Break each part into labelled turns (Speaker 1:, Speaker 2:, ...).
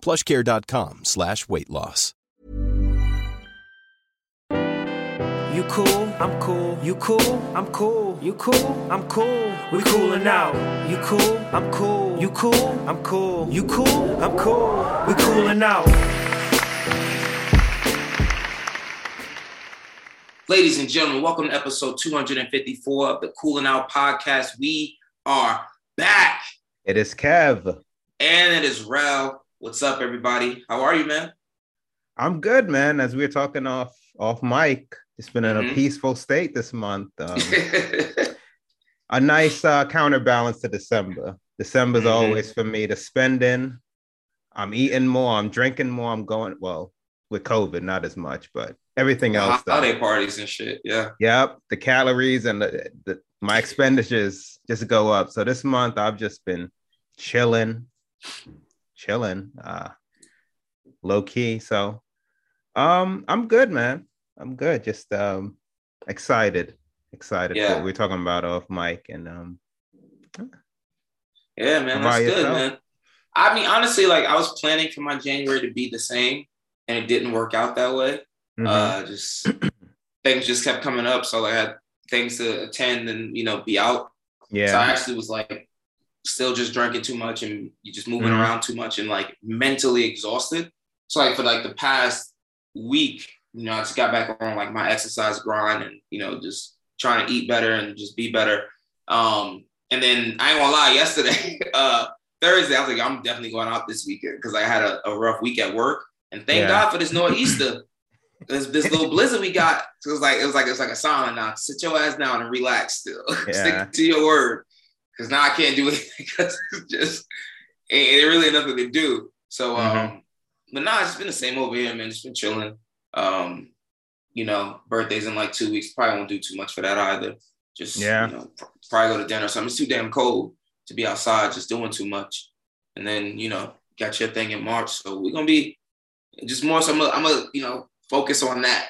Speaker 1: plushcare.com slash weight loss.
Speaker 2: You cool, I'm cool. You cool, I'm cool. You cool, I'm cool. We coolin' out. You cool, I'm cool. You cool, I'm cool. You cool, I'm cool. We coolin' out.
Speaker 3: Ladies and gentlemen, welcome to episode 254 of the Cooling Out Podcast. We are back.
Speaker 4: It is Kev.
Speaker 3: And it is Rel. What's up, everybody? How are you, man?
Speaker 4: I'm good, man. As we were talking off off mic, it's been in a
Speaker 3: Mhm.
Speaker 4: peaceful state this month. Um, a nice uh, counterbalance to December. December's
Speaker 3: Mhm.
Speaker 4: always for me to spend in. I'm eating more. I'm drinking more. I'm going well with COVID, not as much, but everything else. though.
Speaker 3: Holiday parties and shit. Yeah.
Speaker 4: Yep, the calories and the, the my expenditures just go up. So this month I've just been chilling, chilling, uh, low key. So, um, I'm good, man. I'm good. Just um, excited, excited. for
Speaker 3: Yeah.
Speaker 4: what we we're talking about off mic, and um,
Speaker 3: Yeah, man.
Speaker 4: How about
Speaker 3: That's good,
Speaker 4: yourself?
Speaker 3: man. I mean, honestly, like I was planning for my January to be the same, and it didn't work out that way.
Speaker 4: mhm.
Speaker 3: Uh just things just kept coming up. So like I had things to attend and you know be out. So I
Speaker 4: yeah,
Speaker 3: actually was like still just drinking too much and you just moving
Speaker 4: Mhm.
Speaker 3: around too much and like mentally exhausted. So like for like the past week, you know, I just got back on like my exercise grind and you know, just trying to eat better and just be better. Um and then I ain't gonna lie, yesterday, uh Thursday, I was like, I'm definitely going out this weekend because I had a, a rough week at work. And thank
Speaker 4: Yeah.
Speaker 3: God for this nor'easter. this, this little blizzard we got. So it was like it was like it was like a sign now. Sit your ass down and relax still.
Speaker 4: Yeah.
Speaker 3: Stick to your word. Cause now I can't do anything because it's just ain't, ain't really nothing to do. So um, but nah, it's been the same over here, man. Just been chilling. Um, you know, birthday's in like two weeks. Probably won't do too much for that either. Just
Speaker 4: Yeah.
Speaker 3: you know, pr- probably go to dinner. So I'm it's too damn cold to be outside just doing too much. And then, you know, got your thing in March. So we're gonna be just more so I'm gonna, I'm gonna you know, focus on that.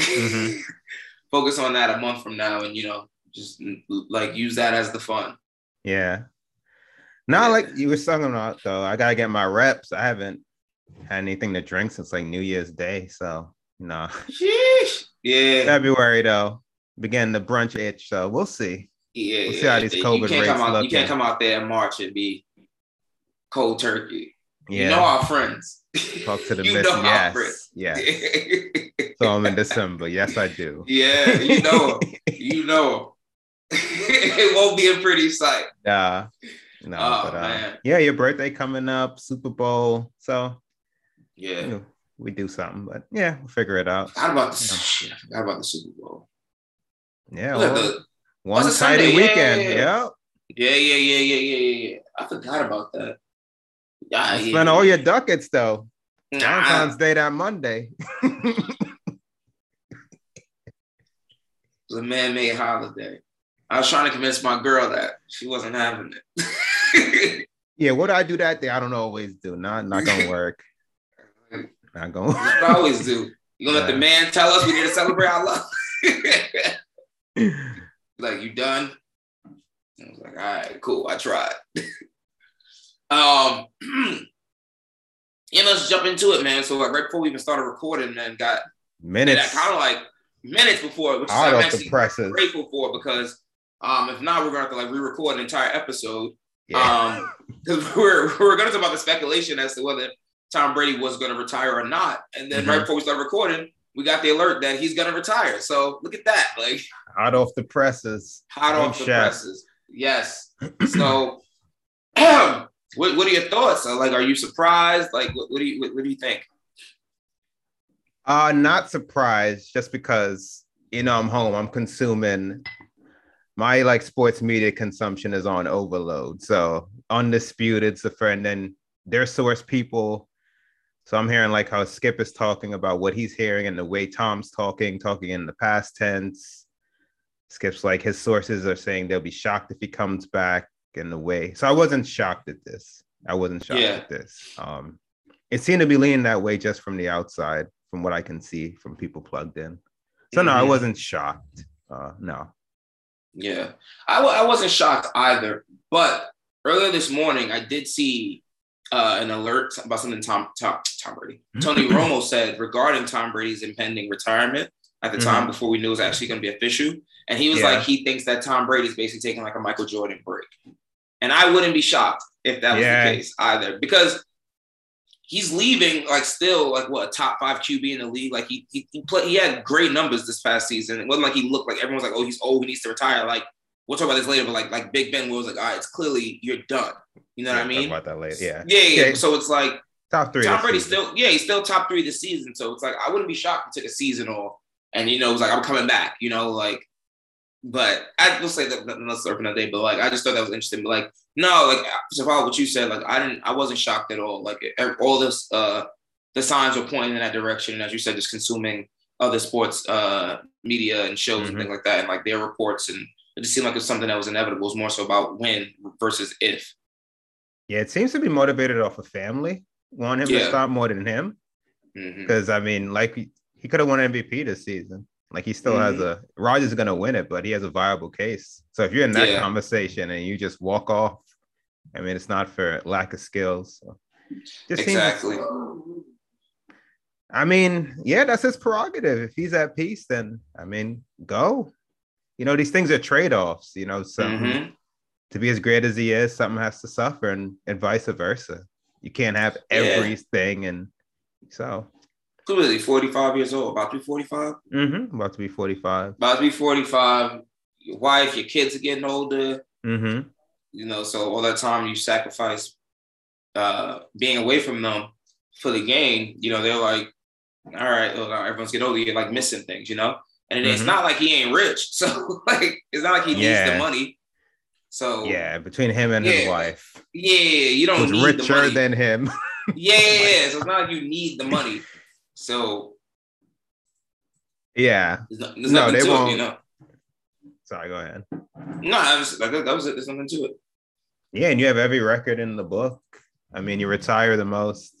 Speaker 4: Mhm.
Speaker 3: focus on that a month from now and you know, just mm, like use that as the fun.
Speaker 4: yeah. Now,
Speaker 3: Yeah.
Speaker 4: like you were talking about, though, I gotta get my reps. I haven't had anything to drink since like New Year's Day, so no.
Speaker 3: Sheesh. Yeah.
Speaker 4: February though, began the brunch itch. So we'll see.
Speaker 3: yeah.
Speaker 4: We'll see
Speaker 3: yeah,
Speaker 4: how these
Speaker 3: yeah.
Speaker 4: COVID
Speaker 3: you can't
Speaker 4: rates
Speaker 3: come out
Speaker 4: looking.
Speaker 3: you can't come out there in March and be cold turkey.
Speaker 4: Yeah.
Speaker 3: You know our friends.
Speaker 4: Talk to the
Speaker 3: you
Speaker 4: miss.
Speaker 3: know our
Speaker 4: Yes.
Speaker 3: friends.
Speaker 4: Yeah. So I'm in December. Yes, I do.
Speaker 3: yeah, you know 'em. you know him. it won't be a pretty sight.
Speaker 4: Nah. No,
Speaker 3: Oh,
Speaker 4: but uh,
Speaker 3: man.
Speaker 4: yeah, your birthday coming up, Super Bowl. So you
Speaker 3: Yeah.
Speaker 4: know, we do something, but yeah, we'll figure it out.
Speaker 3: Forgot about the shit, I forgot about the Super Bowl.
Speaker 4: Yeah,
Speaker 3: Look,
Speaker 4: well,
Speaker 3: the-
Speaker 4: one
Speaker 3: was it Sunday?
Speaker 4: tidy
Speaker 3: Yeah,
Speaker 4: weekend.
Speaker 3: yeah,
Speaker 4: Yeah,
Speaker 3: yeah. yeah, yeah, yeah, yeah, yeah, yeah, yeah. I forgot about that. Yeah, yeah,
Speaker 4: Spend all your ducats though.
Speaker 3: Nah,
Speaker 4: Valentine's Day that Monday.
Speaker 3: it was a man-made holiday. I was trying to convince my girl that she wasn't having it.
Speaker 4: yeah, what do I do that day? I don't always do. Not not gonna work. not gonna work.
Speaker 3: That's what I always do. You gonna let the
Speaker 4: Yeah.
Speaker 3: man tell us we need to celebrate our love? like, you done? I was like, all right, cool. I tried. um, yeah, let's jump into it, man. So like right before we even started recording, man, got and
Speaker 4: Minutes
Speaker 3: kind of like minutes before, which is
Speaker 4: out
Speaker 3: I'm
Speaker 4: of
Speaker 3: actually
Speaker 4: the presses.
Speaker 3: grateful for because um, if not, we're gonna have to like re-record an entire episode.
Speaker 4: Yeah.
Speaker 3: Um, 'cause we're we're gonna talk about the speculation as to whether Tom Brady was going to retire or not. And then
Speaker 4: Mhm.
Speaker 3: right before we started recording, we got the alert that he's going to retire. So look at that, like
Speaker 4: Hot off the presses.
Speaker 3: hot
Speaker 4: Big
Speaker 3: off the
Speaker 4: shot.
Speaker 3: presses. Yes. So, what, what are your thoughts? Uh, Like, are you surprised? Like, what, what do you what, what do you think?
Speaker 4: Uh, not surprised, just because you know I'm home. I'm consuming my like sports media consumption is on overload. So undisputed's the friend and their source people. So I'm hearing like how Skip is talking about what he's hearing and the way Tom's talking, talking in the past tense. Skip's like his sources are saying they'll be shocked if he comes back in the way. So I wasn't shocked at this. I wasn't shocked
Speaker 3: Yeah.
Speaker 4: at this. Um, it seemed to be leaning that way just from the outside, from what I can see from people plugged in. So no, I
Speaker 3: Mhm.
Speaker 4: wasn't shocked. Uh, no.
Speaker 3: Yeah, I w- I wasn't shocked either. But earlier this morning, I did see uh, an alert about something Tom Tom, Tom Brady Tony Romo said regarding Tom Brady's impending retirement. At the time, before we knew it was actually going to be official, and he was
Speaker 4: Yeah.
Speaker 3: like, he thinks that Tom Brady's basically taking like a Michael Jordan break, and I wouldn't be shocked if that was
Speaker 4: Yeah.
Speaker 3: the case either because. He's leaving like still like what a top five QB in the league. Like he he he, play, he had great numbers this past season. It wasn't like he looked like everyone's like oh he's old he needs to retire. Like we'll talk about this later, but like like Big Ben was like, all right, it's clearly you're done. You know
Speaker 4: Yeah,
Speaker 3: what I
Speaker 4: talk
Speaker 3: mean?
Speaker 4: about that later. Yeah.
Speaker 3: yeah, yeah.
Speaker 4: Yeah.
Speaker 3: So it's like
Speaker 4: Top three.
Speaker 3: Tom
Speaker 4: this
Speaker 3: Brady's
Speaker 4: season.
Speaker 3: still, yeah, he's still top three this season. So it's like I wouldn't be shocked to take a season off, and you know, it was like I'm coming back. You know, like, but I will say that let's open another day. But like, I just thought that was interesting. But like, no, like to follow what you said, like I didn't, I wasn't shocked at all. Like ev- all this, uh, the signs were pointing in that direction. And as you said, just consuming other sports uh media and shows and
Speaker 4: Mhm.
Speaker 3: things like that, and like their reports, and it just seemed like it was something that was inevitable. It was more so about when versus if.
Speaker 4: Yeah, it seems to be motivated off of family. Want him to
Speaker 3: Yeah.
Speaker 4: stop more than him.
Speaker 3: Mhm.
Speaker 4: Because I mean, like he- he could have won MVP this season. Like he still has
Speaker 3: Mm-hmm.
Speaker 4: a Rogers is gonna win it, but he has a viable case. So if you're in that
Speaker 3: Yeah.
Speaker 4: conversation and you just walk off, I mean, it's not for lack of skills. So. Just seems-
Speaker 3: Exactly.
Speaker 4: I mean, yeah, that's his prerogative. If he's at peace, then I mean, go. You know, these things are trade offs. You know, so
Speaker 3: Mhm.
Speaker 4: to be as great as he is, something has to suffer, and, and vice versa. You can't have
Speaker 3: Yeah.
Speaker 4: everything, and so
Speaker 3: Who is he? 45 years old, about to be 45. Mm-hmm.
Speaker 4: mhm, about to be forty-five.
Speaker 3: About to be 45. Your wife, your kids are getting older,
Speaker 4: Mm-hmm.
Speaker 3: you know, so all that time you sacrifice uh being away from them for the game, you know, they're like, all right, well, now everyone's getting older, you're like missing things, you know? And it's
Speaker 4: Mhm.
Speaker 3: not like he ain't rich. So like it's not like he needs
Speaker 4: Yeah.
Speaker 3: the money. So
Speaker 4: Yeah, between him and his
Speaker 3: Yeah.
Speaker 4: wife,
Speaker 3: yeah, you don't
Speaker 4: who's
Speaker 3: need the
Speaker 4: richer
Speaker 3: money.
Speaker 4: than him.
Speaker 3: yeah, yeah, yeah. So it's not like you need the money. So
Speaker 4: yeah.
Speaker 3: there's, no, there's
Speaker 4: No,
Speaker 3: nothing
Speaker 4: they
Speaker 3: to it,
Speaker 4: won't.
Speaker 3: you know.
Speaker 4: Sorry, go ahead.
Speaker 3: No, I was, like, that that was it. There's nothing to it.
Speaker 4: Yeah, and you have every record in the book. I mean, you retire the most.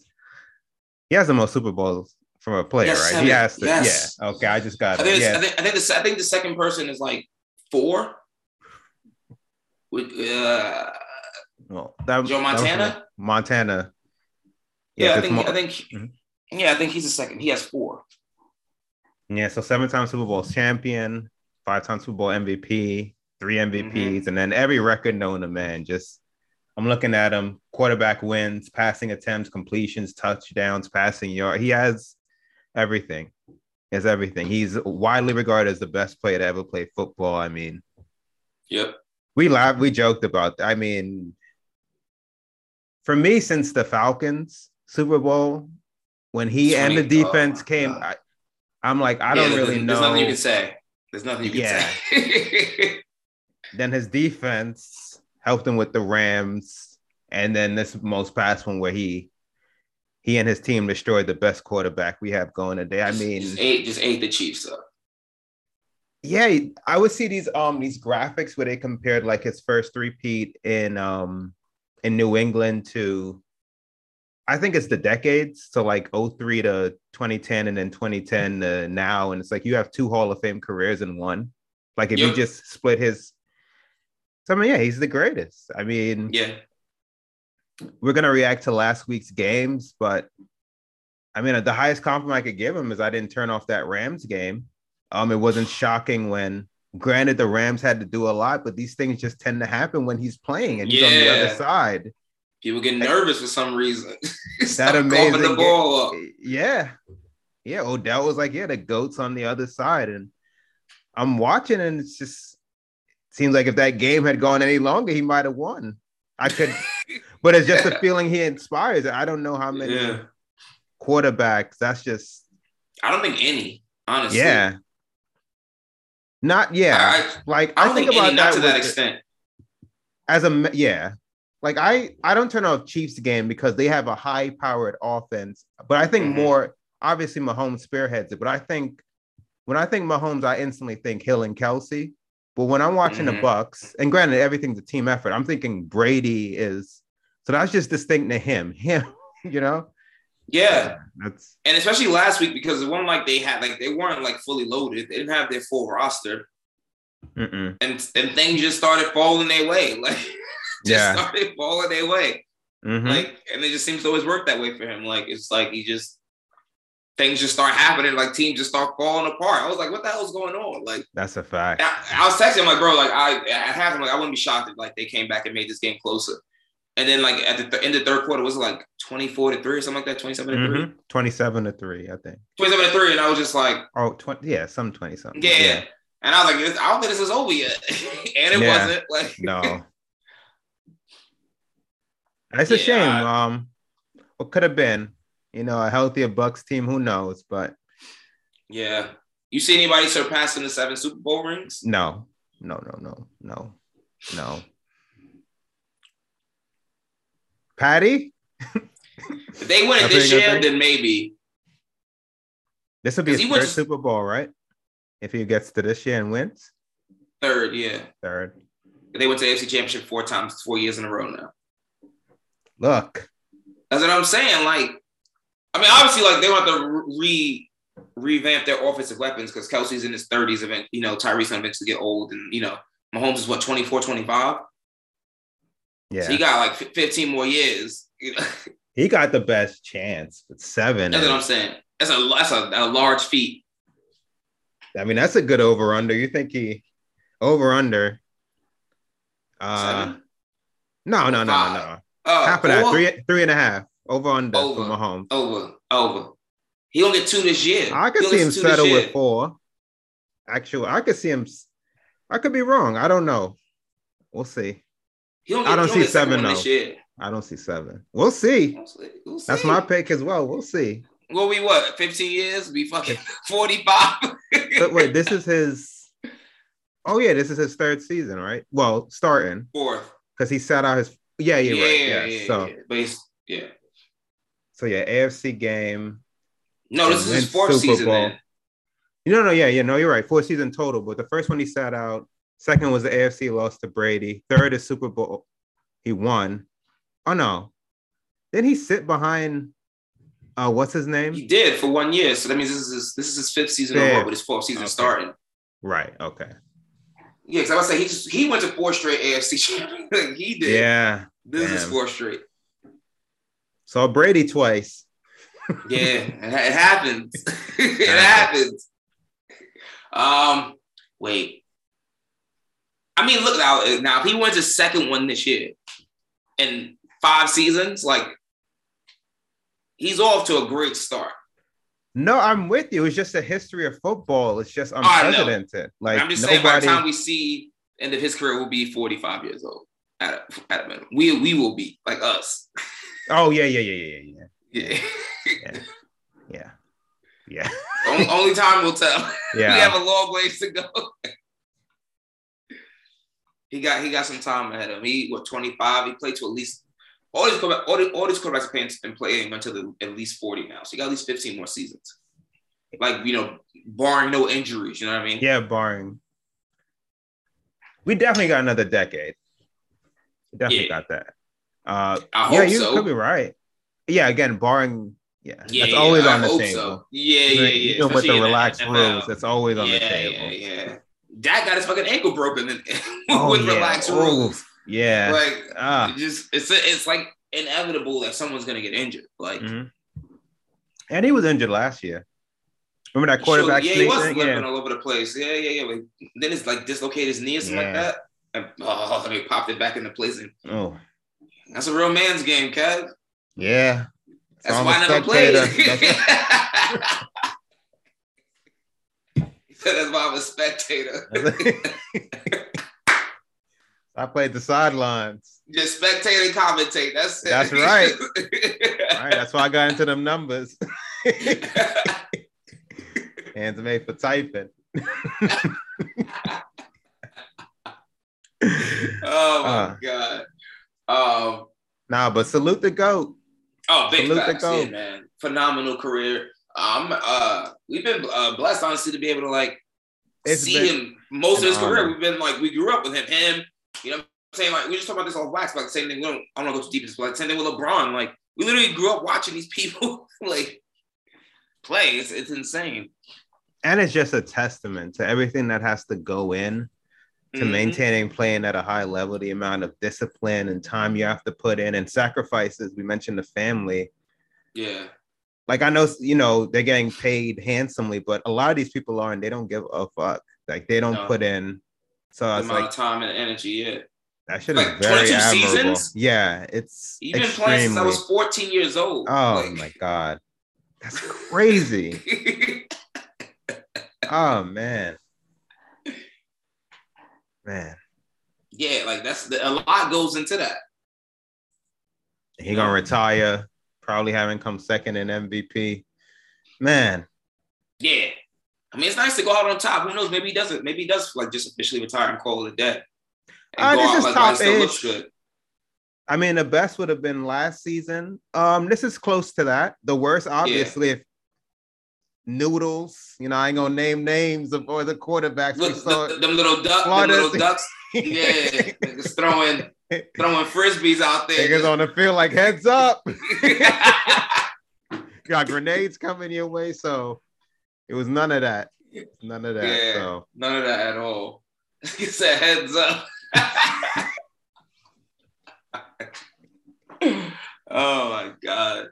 Speaker 4: He has the most Super Bowls from a player,
Speaker 3: Yes,
Speaker 4: right?
Speaker 3: seven.
Speaker 4: He has to.
Speaker 3: Yes.
Speaker 4: Yeah. Okay, I just got
Speaker 3: I think,
Speaker 4: it.
Speaker 3: it's- I
Speaker 4: Yeah.
Speaker 3: think I think the I think the second person is like four. With, uh,
Speaker 4: Well,
Speaker 3: Joe
Speaker 4: that- that was-
Speaker 3: Montana?
Speaker 4: Montana.
Speaker 3: yeah, I
Speaker 4: it's
Speaker 3: think
Speaker 4: Mo-
Speaker 3: I think
Speaker 4: Mhm.
Speaker 3: yeah, I think he's the second. He has four.
Speaker 4: Yeah, so seven time Super Bowl champion, five time Super Bowl MVP, three MVPs,
Speaker 3: Mm-hmm.
Speaker 4: and then every record known to man. Just I'm looking at him: quarterback wins, passing attempts, completions, touchdowns, passing yard. He has everything. He has everything. He's widely regarded as the best player to ever play football. I mean,
Speaker 3: Yep.
Speaker 4: we laughed, we joked about. I mean, for me, since the Falcons Super Bowl, when he and the
Speaker 3: 20 oh
Speaker 4: defense
Speaker 3: my
Speaker 4: came,
Speaker 3: God.
Speaker 4: I, I'm like, I don't
Speaker 3: Yeah,
Speaker 4: really
Speaker 3: there's,
Speaker 4: know.
Speaker 3: There's nothing you can say. There's nothing you can
Speaker 4: Yeah.
Speaker 3: say.
Speaker 4: then his defense helped him with the Rams, and then this most past one where he he and his team destroyed the best quarterback we have going today. I
Speaker 3: just
Speaker 4: mean,
Speaker 3: ate just ate the Chiefs up.
Speaker 4: yeah, I would see these um these graphics where they compared like his first three-peat in um in New England to I think it's the decades, so like 03 to 2010 and then 2010 to now. And it's like you have two Hall of Fame careers in one. Like if you
Speaker 3: Yep.
Speaker 4: just split his so I mean, yeah, he's the greatest. I mean,
Speaker 3: Yeah.
Speaker 4: we're gonna react to last week's games, but I mean, the highest compliment I could give him is I didn't turn off that Rams game. Um, it wasn't shocking when, granted, the Rams had to do a lot, but these things just tend to happen when he's playing and he's on the
Speaker 3: Yeah.
Speaker 4: other side.
Speaker 3: People get nervous for some reason.
Speaker 4: that
Speaker 3: Stop
Speaker 4: amazing.
Speaker 3: coughing the
Speaker 4: game-
Speaker 3: ball up.
Speaker 4: Yeah. Yeah. Odell was like, yeah, the GOAT's on the other side. And I'm watching, and it's just seems like if that game had gone any longer, he might have won. I could, but it's just the feeling he inspires. I don't know how many
Speaker 3: Yeah.
Speaker 4: quarterbacks. That's just,
Speaker 3: I don't think any, honestly.
Speaker 4: yeah. Not, yeah.
Speaker 3: I-
Speaker 4: like,
Speaker 3: I don't think, any, not to
Speaker 4: with
Speaker 3: that
Speaker 4: the-
Speaker 3: extent.
Speaker 4: as a ma- yeah like i i don't turn off chiefs game because they have a high powered offense but i think
Speaker 3: Mhm.
Speaker 4: more obviously mahomes spearheads it but i think when i think mahomes i instantly think hill and kelsey but when i'm watching the
Speaker 3: Mhm.
Speaker 4: bucks and granted everything's a team effort i'm thinking brady is so that's just distinct to him him you know
Speaker 3: Yeah.
Speaker 4: that's
Speaker 3: And especially last week because it wasn't like they had like they weren't like fully loaded. They didn't have their full roster.
Speaker 4: mm-mm.
Speaker 3: And and things just started falling their way. Like just
Speaker 4: yeah
Speaker 3: started falling their way.
Speaker 4: Mhm.
Speaker 3: Like and it just seems to always work that way for him. Like it's like he just things just start happening, like teams just start falling apart. I was like, what the hell's going on? Like
Speaker 4: that's a fact
Speaker 3: I, I was texting him like, bro, like I at halftime, like I wouldn't be shocked if like they came back and made this game closer. And then like at the th- end of the third quarter, was it like twenty four to three or something like that, twenty seven to three,
Speaker 4: Mhm. 27 to 3 i think
Speaker 3: twenty seven to three, and I was just like,
Speaker 4: oh 20 yeah some 20 something
Speaker 3: yeah. And I was like, this, I don't think this is over yet, and it
Speaker 4: Yeah.
Speaker 3: wasn't. Like,
Speaker 4: No. It's
Speaker 3: Yeah,
Speaker 4: a shame.
Speaker 3: I-
Speaker 4: um, what could have been, you know, a healthier Bucks team. Who knows? But
Speaker 3: yeah, you see anybody surpassing the seven Super Bowl rings?
Speaker 4: no, no, no, no, no, no. Patty,
Speaker 3: If they win it
Speaker 4: That's
Speaker 3: this
Speaker 4: what you gonna
Speaker 3: year,
Speaker 4: think?
Speaker 3: then maybe.
Speaker 4: this would be his
Speaker 3: Because he
Speaker 4: third
Speaker 3: went to-
Speaker 4: Super Bowl, right? If he gets to this year and wins,
Speaker 3: Third, yeah,
Speaker 4: third.
Speaker 3: they went to AFC Championship four times, four years in a row now.
Speaker 4: Look,
Speaker 3: That's what I'm saying. Like, I mean, obviously, like they want to re revamp their offensive weapons because Kelsey's in his 30s, event, you know, Tyree's gonna eventually get old, and you know, Mahomes is what 24, 25.
Speaker 4: yeah,
Speaker 3: So you got like fi- 15 more years. You know,
Speaker 4: he got the best chance with seven.
Speaker 3: that's what I'm
Speaker 4: and-
Speaker 3: saying. That's a that's a, a large feat.
Speaker 4: I mean, that's a good over under. You think he over under? Uh,
Speaker 3: Seven?
Speaker 4: no, no, no, no, no.
Speaker 3: Uh,
Speaker 4: Half of that,
Speaker 3: four-
Speaker 4: three, three and a half over under
Speaker 3: Over.
Speaker 4: for Mahomes.
Speaker 3: over over. He gonna get two this year.
Speaker 4: I could
Speaker 3: He
Speaker 4: see
Speaker 3: only
Speaker 4: him
Speaker 3: gets two this
Speaker 4: settle
Speaker 3: year.
Speaker 4: with four. Actually, I could see him. s- I could be wrong. I don't know. We'll see.
Speaker 3: He only,
Speaker 4: I don't
Speaker 3: he only
Speaker 4: see
Speaker 3: gets second
Speaker 4: seven,
Speaker 3: one this
Speaker 4: though.
Speaker 3: year.
Speaker 4: I don't see seven. We'll see.
Speaker 3: We'll see. We'll
Speaker 4: That's
Speaker 3: see.
Speaker 4: my pick as well. We'll see.
Speaker 3: Well, we what? 15 years? We fucking 45.
Speaker 4: But wait, this is his. Oh yeah, this is his third season, right? Well, starting
Speaker 3: Fourth.
Speaker 4: because he sat out his. Yeah, you're right. Yeah. so
Speaker 3: yeah. But he's- yeah.
Speaker 4: so yeah, AFC game.
Speaker 3: No, this
Speaker 4: And
Speaker 3: is his
Speaker 4: win
Speaker 3: fourth
Speaker 4: Super
Speaker 3: season.
Speaker 4: Bowl.
Speaker 3: Then.
Speaker 4: No, no, yeah, yeah, no, you're right. Four season total, but the first one he sat out. Second was the AFC loss to Brady. Third is Super Bowl. He won. Oh no. Then he sit behind uh what's his
Speaker 3: He
Speaker 4: name?
Speaker 3: did for one year, so that means this is his, this is his fifth season
Speaker 4: Fifth.
Speaker 3: overall, but his fourth season
Speaker 4: Okay.
Speaker 3: starting.
Speaker 4: Right. Okay.
Speaker 3: Yeah, because I was saying he just, he went to four straight AFC. champions. Like, he did.
Speaker 4: Yeah.
Speaker 3: this is
Speaker 4: damn.
Speaker 3: four straight.
Speaker 4: Saw Brady twice.
Speaker 3: Yeah, it, ha- it happens. it happens. Um, wait. I mean, look now. Now, if he wins his second one this year in five seasons, like he's off to a great start.
Speaker 4: No, I'm with you. It's just the history of football. It's just
Speaker 3: I know.
Speaker 4: unprecedented. Like
Speaker 3: I'm just saying, by the
Speaker 4: nobody.
Speaker 3: time we see end of his career, we'll be 45 years old at a, at a minimum. We we will be like us.
Speaker 4: oh yeah, yeah, yeah, yeah, yeah,
Speaker 3: Yeah.
Speaker 4: yeah, yeah,
Speaker 3: only, only time will tell.
Speaker 4: yeah, yeah.
Speaker 3: We have a long ways to go. he got he got some time ahead of him. He what 25. He played to at least all these quarterback- all, the- all these quarterbacks are playing, been playing until the, at least 40 now. So you got at least 15 more seasons. Like you know, barring no injuries. You know what I mean?
Speaker 4: Yeah, barring. We definitely got another decade. We Definitely
Speaker 3: Yeah.
Speaker 4: got that. Uh,
Speaker 3: I hope
Speaker 4: yeah, you
Speaker 3: so.
Speaker 4: could be right. Yeah, again, barring. Yeah,
Speaker 3: yeah,
Speaker 4: that's always
Speaker 3: I
Speaker 4: on the
Speaker 3: hope
Speaker 4: table.
Speaker 3: So. Yeah,
Speaker 4: Even-
Speaker 3: yeah, yeah.
Speaker 4: Even with
Speaker 3: especially
Speaker 4: the
Speaker 3: in
Speaker 4: relaxed
Speaker 3: NFL.
Speaker 4: rules, that's always on the
Speaker 3: yeah,
Speaker 4: table.
Speaker 3: Yeah, yeah. Dak got his fucking ankle broken in,
Speaker 4: Oh,
Speaker 3: with
Speaker 4: yeah.
Speaker 3: relaxed
Speaker 4: Oof.
Speaker 3: rules.
Speaker 4: Yeah.
Speaker 3: Like
Speaker 4: Ah.
Speaker 3: it just it's it's like inevitable that someone's gonna get injured. Like
Speaker 4: mhm. And he was injured last year. Remember that quarterback
Speaker 3: sure, yeah, he
Speaker 4: sneak
Speaker 3: was
Speaker 4: thing?
Speaker 3: limping
Speaker 4: Yeah.
Speaker 3: all over the place. Yeah, yeah, yeah. Like, then it's like dislocated his knee or something
Speaker 4: Yeah.
Speaker 3: like that. And, oh, and they popped it back into place and
Speaker 4: Oh,
Speaker 3: That's a real man's game, Kev.
Speaker 4: Yeah.
Speaker 3: That's
Speaker 4: I'm
Speaker 3: why
Speaker 4: a
Speaker 3: I never played.
Speaker 4: spectator.
Speaker 3: He said that's why I'm a spectator.
Speaker 4: I played the sidelines.
Speaker 3: Just spectate and commentate. That's it.
Speaker 4: That's right. All right, that's why I got into them numbers. Hands made for typing.
Speaker 3: oh my
Speaker 4: Uh.
Speaker 3: god. Um,
Speaker 4: Nah, but salute the goat.
Speaker 3: oh, big
Speaker 4: Salute the
Speaker 3: facts,
Speaker 4: goat.
Speaker 3: yeah, man. Phenomenal career. Um, uh, we've been uh, blessed, honestly, to be able to like
Speaker 4: It's
Speaker 3: see
Speaker 4: been-
Speaker 3: him most of
Speaker 4: an
Speaker 3: his career.
Speaker 4: honor.
Speaker 3: We've been like we grew up with him, him. You know, what I'm saying like we just talk about this all blacks, like same thing. We don't, I don't want to go too deep into this, but like, same thing with LeBron. Like we literally grew up watching these people like play. It's, it's insane
Speaker 4: And it's just a testament to everything that has to go in to
Speaker 3: Mhm.
Speaker 4: maintaining playing at a high level, the amount of discipline and time you have to put in and sacrifices. We mentioned the family.
Speaker 3: Yeah,
Speaker 4: Like I know, you know, they're getting paid handsomely, but a lot of these people are and they don't give a fuck. Like they don't
Speaker 3: No.
Speaker 4: put in. So
Speaker 3: the
Speaker 4: I was
Speaker 3: amount
Speaker 4: like,
Speaker 3: of time and energy. Yeah,
Speaker 4: that should
Speaker 3: like
Speaker 4: is very
Speaker 3: 22
Speaker 4: admirable.
Speaker 3: seasons?
Speaker 4: Yeah, it's
Speaker 3: You've been
Speaker 4: extremely.
Speaker 3: playing since I was 14 years old.
Speaker 4: Oh
Speaker 3: Like-
Speaker 4: my god, that's crazy. oh man, man,
Speaker 3: yeah, like that's the, a lot goes into that.
Speaker 4: he
Speaker 3: Um,
Speaker 4: gonna retire. Probably having come second in MVP. Man,
Speaker 3: Yeah. I mean, it's nice to go out on top. Who knows? Maybe he doesn't. Maybe he does like just officially retire and call it a day. And
Speaker 4: Ah,
Speaker 3: go
Speaker 4: this
Speaker 3: out
Speaker 4: is
Speaker 3: like, while it
Speaker 4: top
Speaker 3: still looks
Speaker 4: edge.
Speaker 3: good.
Speaker 4: I mean, the best would have been last season. Um, this is close to that. The worst, obviously, if noodles. You know, I ain't gonna name names of or the quarterbacks. We
Speaker 3: Look,
Speaker 4: saw
Speaker 3: th- them little ducks, them
Speaker 4: Florida-
Speaker 3: little ducks. Yeah, niggas throwing throwing frisbees out there.
Speaker 4: niggas on the field like heads up.
Speaker 3: yeah,
Speaker 4: got grenades coming your way. So it was none of that. None of that.
Speaker 3: Yeah.
Speaker 4: So
Speaker 3: none of that at all. It's a heads up. oh my god.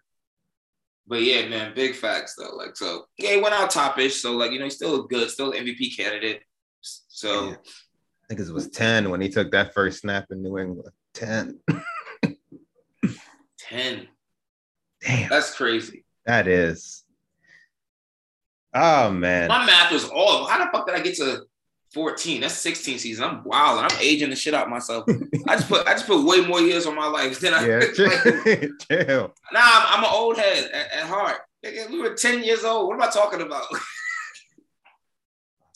Speaker 3: But yeah, man, big facts though. Like so, yeah, he went out topish. So like you know, he's still good, still an MVP candidate. So
Speaker 4: Yeah. I think it was 10 when he took that first snap in New England. 10.
Speaker 3: ten,
Speaker 4: Damn,
Speaker 3: that's crazy.
Speaker 4: that is. Oh man.
Speaker 3: My math was all. How the fuck did I get to fourteen? That's sixteen season. I'm wild. I'm aging the shit out myself. I just put I just put way more years on my life than I.
Speaker 4: Yeah,
Speaker 3: like,
Speaker 4: chill. chill.
Speaker 3: Nah, I'm, I'm an old head at, at heart. Nigga, We were 10 years old. What am I talking about?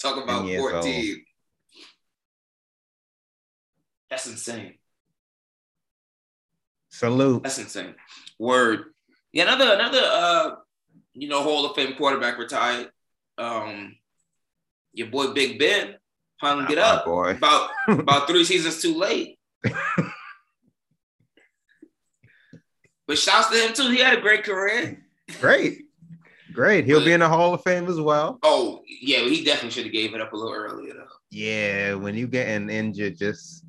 Speaker 3: talking
Speaker 4: 10
Speaker 3: about
Speaker 4: years
Speaker 3: 14. That's insane.
Speaker 4: Salute.
Speaker 3: That's insane. Word. Yeah, another another uh, you know, Hall of Fame quarterback retired. Um, your boy Big Ben, hung it
Speaker 4: My
Speaker 3: up.
Speaker 4: boy.
Speaker 3: About about three seasons too late. but shouts to him too. He had a great career.
Speaker 4: Great. Great. He'll be
Speaker 3: But-
Speaker 4: in the Hall of Fame as well.
Speaker 3: Oh yeah, he definitely should have gave it up a little earlier though.
Speaker 4: Yeah, when you getting injured, just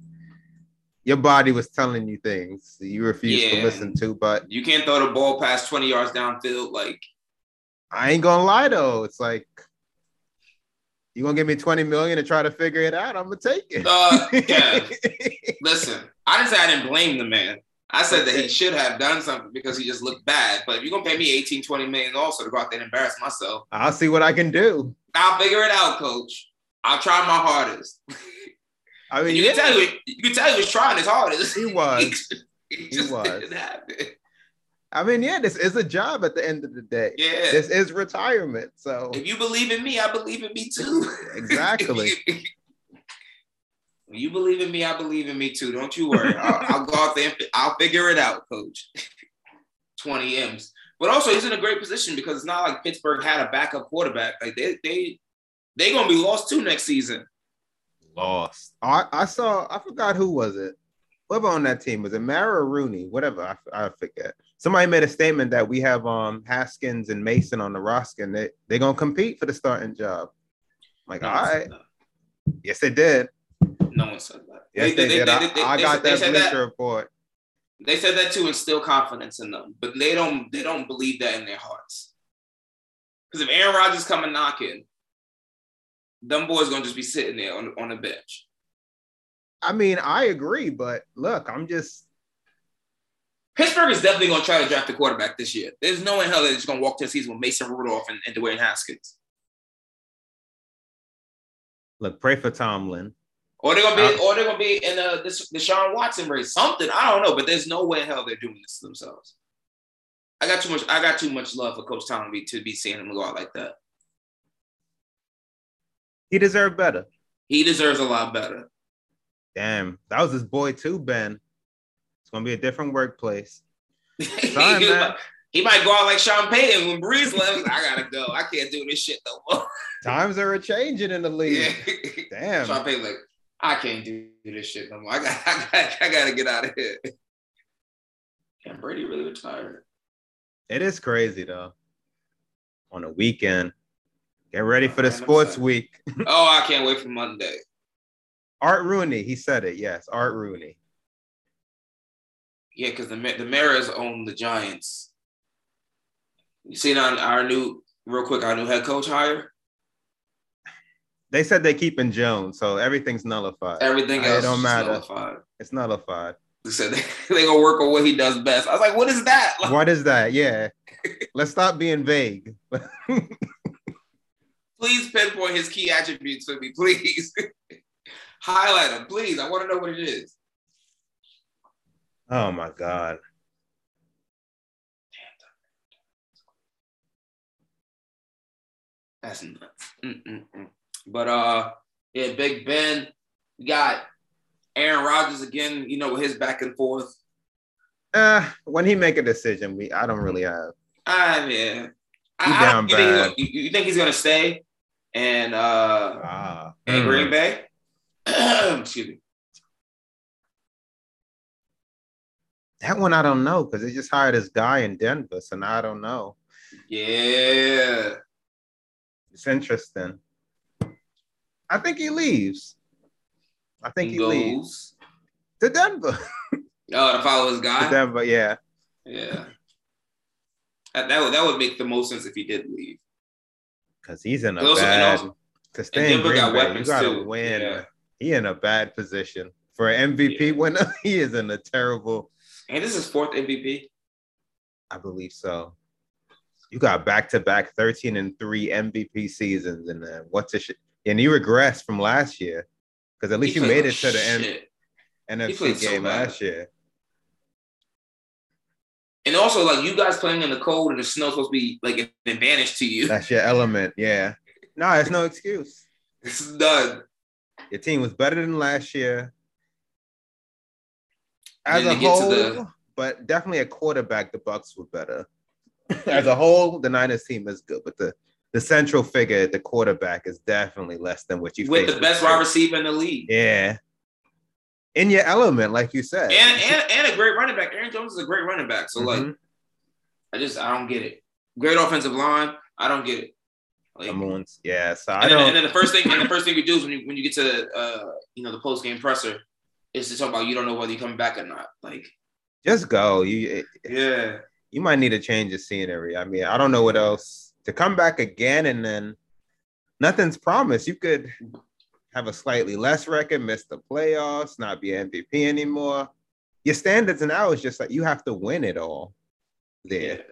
Speaker 4: your body was telling you things you refused to
Speaker 3: Yeah.
Speaker 4: listen to, but
Speaker 3: You can't throw the ball past twenty yards downfield. Like
Speaker 4: I ain't gonna lie though. It's like you gonna give me 20 million to try to figure it out. I'm gonna take it.
Speaker 3: uh, Kev, listen, I didn't say I didn't blame the man. I said that he should have done something because he just looked bad. But if you're gonna pay me 18, 20 million also to go out there and embarrass myself,
Speaker 4: I'll see what I can do.
Speaker 3: I'll figure it out, coach. I'll try my hardest.
Speaker 4: I mean,
Speaker 3: you
Speaker 4: yeah,
Speaker 3: can tell he, you can tell he was trying his hardest.
Speaker 4: he was.
Speaker 3: It just
Speaker 4: was.
Speaker 3: didn't happen.
Speaker 4: I mean, yeah, this is a job at the end of the day.
Speaker 3: Yeah.
Speaker 4: This is retirement. So
Speaker 3: if you believe in me, I believe in me too.
Speaker 4: exactly.
Speaker 3: When you believe in me, I believe in me too. Don't you worry. I'll, I'll go out there. And, fi- I'll figure it out, Coach. Twenty M's. But also, he's in a great position because it's not like Pittsburgh had a backup quarterback. Like they they they gonna be lost too next season.
Speaker 4: Lost. I, I saw, I forgot who was it. Whoever on that team was it Mara or Rooney? Whatever. I, I forget. Somebody made a statement that we have um Haskins and Mason on the roster and they, they're gonna compete for the starting job. I'm like, all
Speaker 3: one
Speaker 4: right.
Speaker 3: said that.
Speaker 4: Yes, they did.
Speaker 3: No one said that.
Speaker 4: Yes, they, did. I, I
Speaker 3: they
Speaker 4: got
Speaker 3: said- they
Speaker 4: that
Speaker 3: said
Speaker 4: Bleacher Report.
Speaker 3: They said that to instill confidence in them, but they don't they don't believe that in their hearts. Because if Aaron Rodgers come and knocking, them boys gonna just be sitting there on, on the bench.
Speaker 4: I mean, I agree, but look, I'm just
Speaker 3: Pittsburgh is definitely going to try to draft a quarterback this year. There's no way in hell they're just going to walk to the season with Mason Rudolph and, and Dwayne Haskins.
Speaker 4: Look, pray for Tomlin.
Speaker 3: Or they're gonna be, or they're gonna be in the this Deshaun Watson race, something. I don't know, but there's no way in hell they're doing this to themselves. I got too much. I got too much love for Coach Tomlin to be- to be seeing him go out like that.
Speaker 4: He deserved better.
Speaker 3: He deserves a lot better.
Speaker 4: Damn, that was his boy too, Ben. It's gonna be a different workplace.
Speaker 3: he,
Speaker 4: Sorry, man.
Speaker 3: might, he might go out like Sean Payton when Breeze left. I gotta go. I can't do this shit no more.
Speaker 4: Times are changing in the
Speaker 3: yeah.
Speaker 4: league. Damn.
Speaker 3: Sean Payton like, I can't do this shit no more. I got, I got, I gotta get out of here. Damn, Brady really retired.
Speaker 4: It is crazy though. On a weekend. Get ready for the
Speaker 3: I'm
Speaker 4: sports
Speaker 3: excited.
Speaker 4: week.
Speaker 3: Oh, I can't wait for Monday.
Speaker 4: Art Rooney, he said it. Yes, Art Rooney.
Speaker 3: Yeah, because the Ma- the Mariners own the Giants. You seen on our new real quick our new head coach hire.
Speaker 4: They said they keeping Jones, so everything's nullified.
Speaker 3: Everything
Speaker 4: It
Speaker 3: else
Speaker 4: don't
Speaker 3: is
Speaker 4: matter.
Speaker 3: nullified.
Speaker 4: It's nullified.
Speaker 3: They said they, they gonna work on what he does best. I was like, what is that? Like,
Speaker 4: What is that? Yeah. Let's stop being vague.
Speaker 3: please pinpoint his key attributes for me, please. Highlight them, please. I want to know what it is.
Speaker 4: Oh my God.
Speaker 3: That's nuts. Mm-mm-mm. But uh, yeah, Big Ben. We got Aaron Rodgers again. You know, with his back and forth.
Speaker 4: Uh, when he make a decision, we I don't really have.
Speaker 3: I mean,
Speaker 4: He
Speaker 3: I, I
Speaker 4: down
Speaker 3: don't think he's
Speaker 4: bad.
Speaker 3: gonna- you, you think he's gonna stay and uh
Speaker 4: Ah,
Speaker 3: in
Speaker 4: mm.
Speaker 3: Green Bay? Excuse me.
Speaker 4: That one I don't know because they just hired this guy in Denver, so now I don't know.
Speaker 3: Yeah.
Speaker 4: It's interesting. I think he leaves. I think he,
Speaker 3: goes.
Speaker 4: leaves to Denver.
Speaker 3: Oh, to follow his
Speaker 4: to
Speaker 3: guy.
Speaker 4: Denver, yeah.
Speaker 3: Yeah. That, that would that would make the most sense if he did leave.
Speaker 4: Because he's in a
Speaker 3: And also- and
Speaker 4: bad.
Speaker 3: also-
Speaker 4: to stay in
Speaker 3: Denver
Speaker 4: Green
Speaker 3: got
Speaker 4: Bay,
Speaker 3: weapons,
Speaker 4: you gotta
Speaker 3: too.
Speaker 4: win.
Speaker 3: Yeah.
Speaker 4: He in a bad position for an MVP
Speaker 3: Yeah.
Speaker 4: winner. He is in a terrible.
Speaker 3: And this is fourth MVP.
Speaker 4: I believe so. You got back to back 13 and 3 MVP seasons and then what's a shit? And you regressed from last year because at least
Speaker 3: He
Speaker 4: you
Speaker 3: played
Speaker 4: made it
Speaker 3: like
Speaker 4: to the end,
Speaker 3: shit.
Speaker 4: NFC
Speaker 3: played so
Speaker 4: game
Speaker 3: bad.
Speaker 4: last year.
Speaker 3: And also, like you guys playing in the cold and the snow's supposed to be like an advantage to you.
Speaker 4: That's your element. Yeah. No, it's no excuse.
Speaker 3: This is done.
Speaker 4: Your team was better than last year
Speaker 3: And
Speaker 4: as a
Speaker 3: then to get to
Speaker 4: whole,
Speaker 3: the-
Speaker 4: but definitely a quarterback, the Bucks were better. as a whole, the Niners team is good, but the the central figure, the quarterback, is definitely less than what you
Speaker 3: With
Speaker 4: faced
Speaker 3: the best
Speaker 4: last year.
Speaker 3: wide receiver in the league.
Speaker 4: Yeah. In your element, like you said.
Speaker 3: and, and and a great running back. Aaron Jones is a great running back. So like,
Speaker 4: Mhm.
Speaker 3: I just I don't get it. Great offensive line. I don't get it. Like,
Speaker 4: Number
Speaker 3: and,
Speaker 4: one- yeah, so I
Speaker 3: then, and
Speaker 4: don't.
Speaker 3: then the first thing and the first thing we do is when you when you get to uh you know the post game presser is to talk about you don't know whether you're coming back or not. Like
Speaker 4: Just go. You
Speaker 3: yeah,
Speaker 4: you might need a change of scenery. I mean, I don't know what else to come back again, and then nothing's promised. You could have a slightly less record, miss the playoffs, not be MVP anymore. Your standards and ours just like you have to win it all. There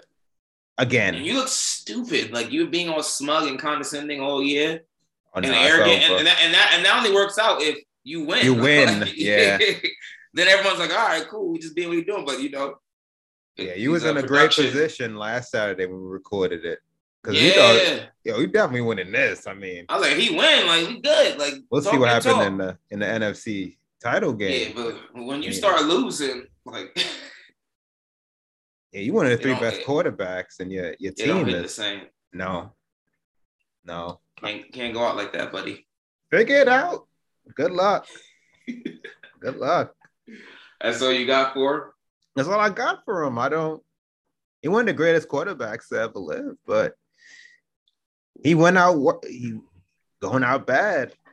Speaker 4: again.
Speaker 3: And you look stupid. Like you being all smug and condescending all year
Speaker 4: Oh, no,
Speaker 3: and
Speaker 4: it's
Speaker 3: arrogant, and,
Speaker 4: over.
Speaker 3: and that and that and that only works out if you win.
Speaker 4: You win,
Speaker 3: Like,
Speaker 4: yeah.
Speaker 3: then everyone's like, all right, cool. We just being what we doing, but you know.
Speaker 4: yeah,
Speaker 3: it-
Speaker 4: you was
Speaker 3: it's
Speaker 4: in a great
Speaker 3: production.
Speaker 4: position last Saturday when we recorded it. Because
Speaker 3: Yeah.
Speaker 4: we thought Yo, we definitely winning this. I mean,
Speaker 3: I was like, he win, like we good. Like
Speaker 4: we'll see
Speaker 3: talk
Speaker 4: what
Speaker 3: your
Speaker 4: happened
Speaker 3: talk.
Speaker 4: in the in the NFC title game.
Speaker 3: Yeah, but when you
Speaker 4: Yeah.
Speaker 3: start losing, like
Speaker 4: Yeah, you one of the
Speaker 3: It
Speaker 4: three
Speaker 3: don't-
Speaker 4: best
Speaker 3: it-
Speaker 4: quarterbacks, and your your
Speaker 3: it don't
Speaker 4: team
Speaker 3: hit the
Speaker 4: is
Speaker 3: same.
Speaker 4: no, no.
Speaker 3: Can't can't go out like that, buddy.
Speaker 4: Figure it out. Good luck. Good luck.
Speaker 3: That's all you got for.
Speaker 4: That's all I got for him. I don't. He one of the greatest quarterbacks to ever live, but he went out. wor- He going out bad.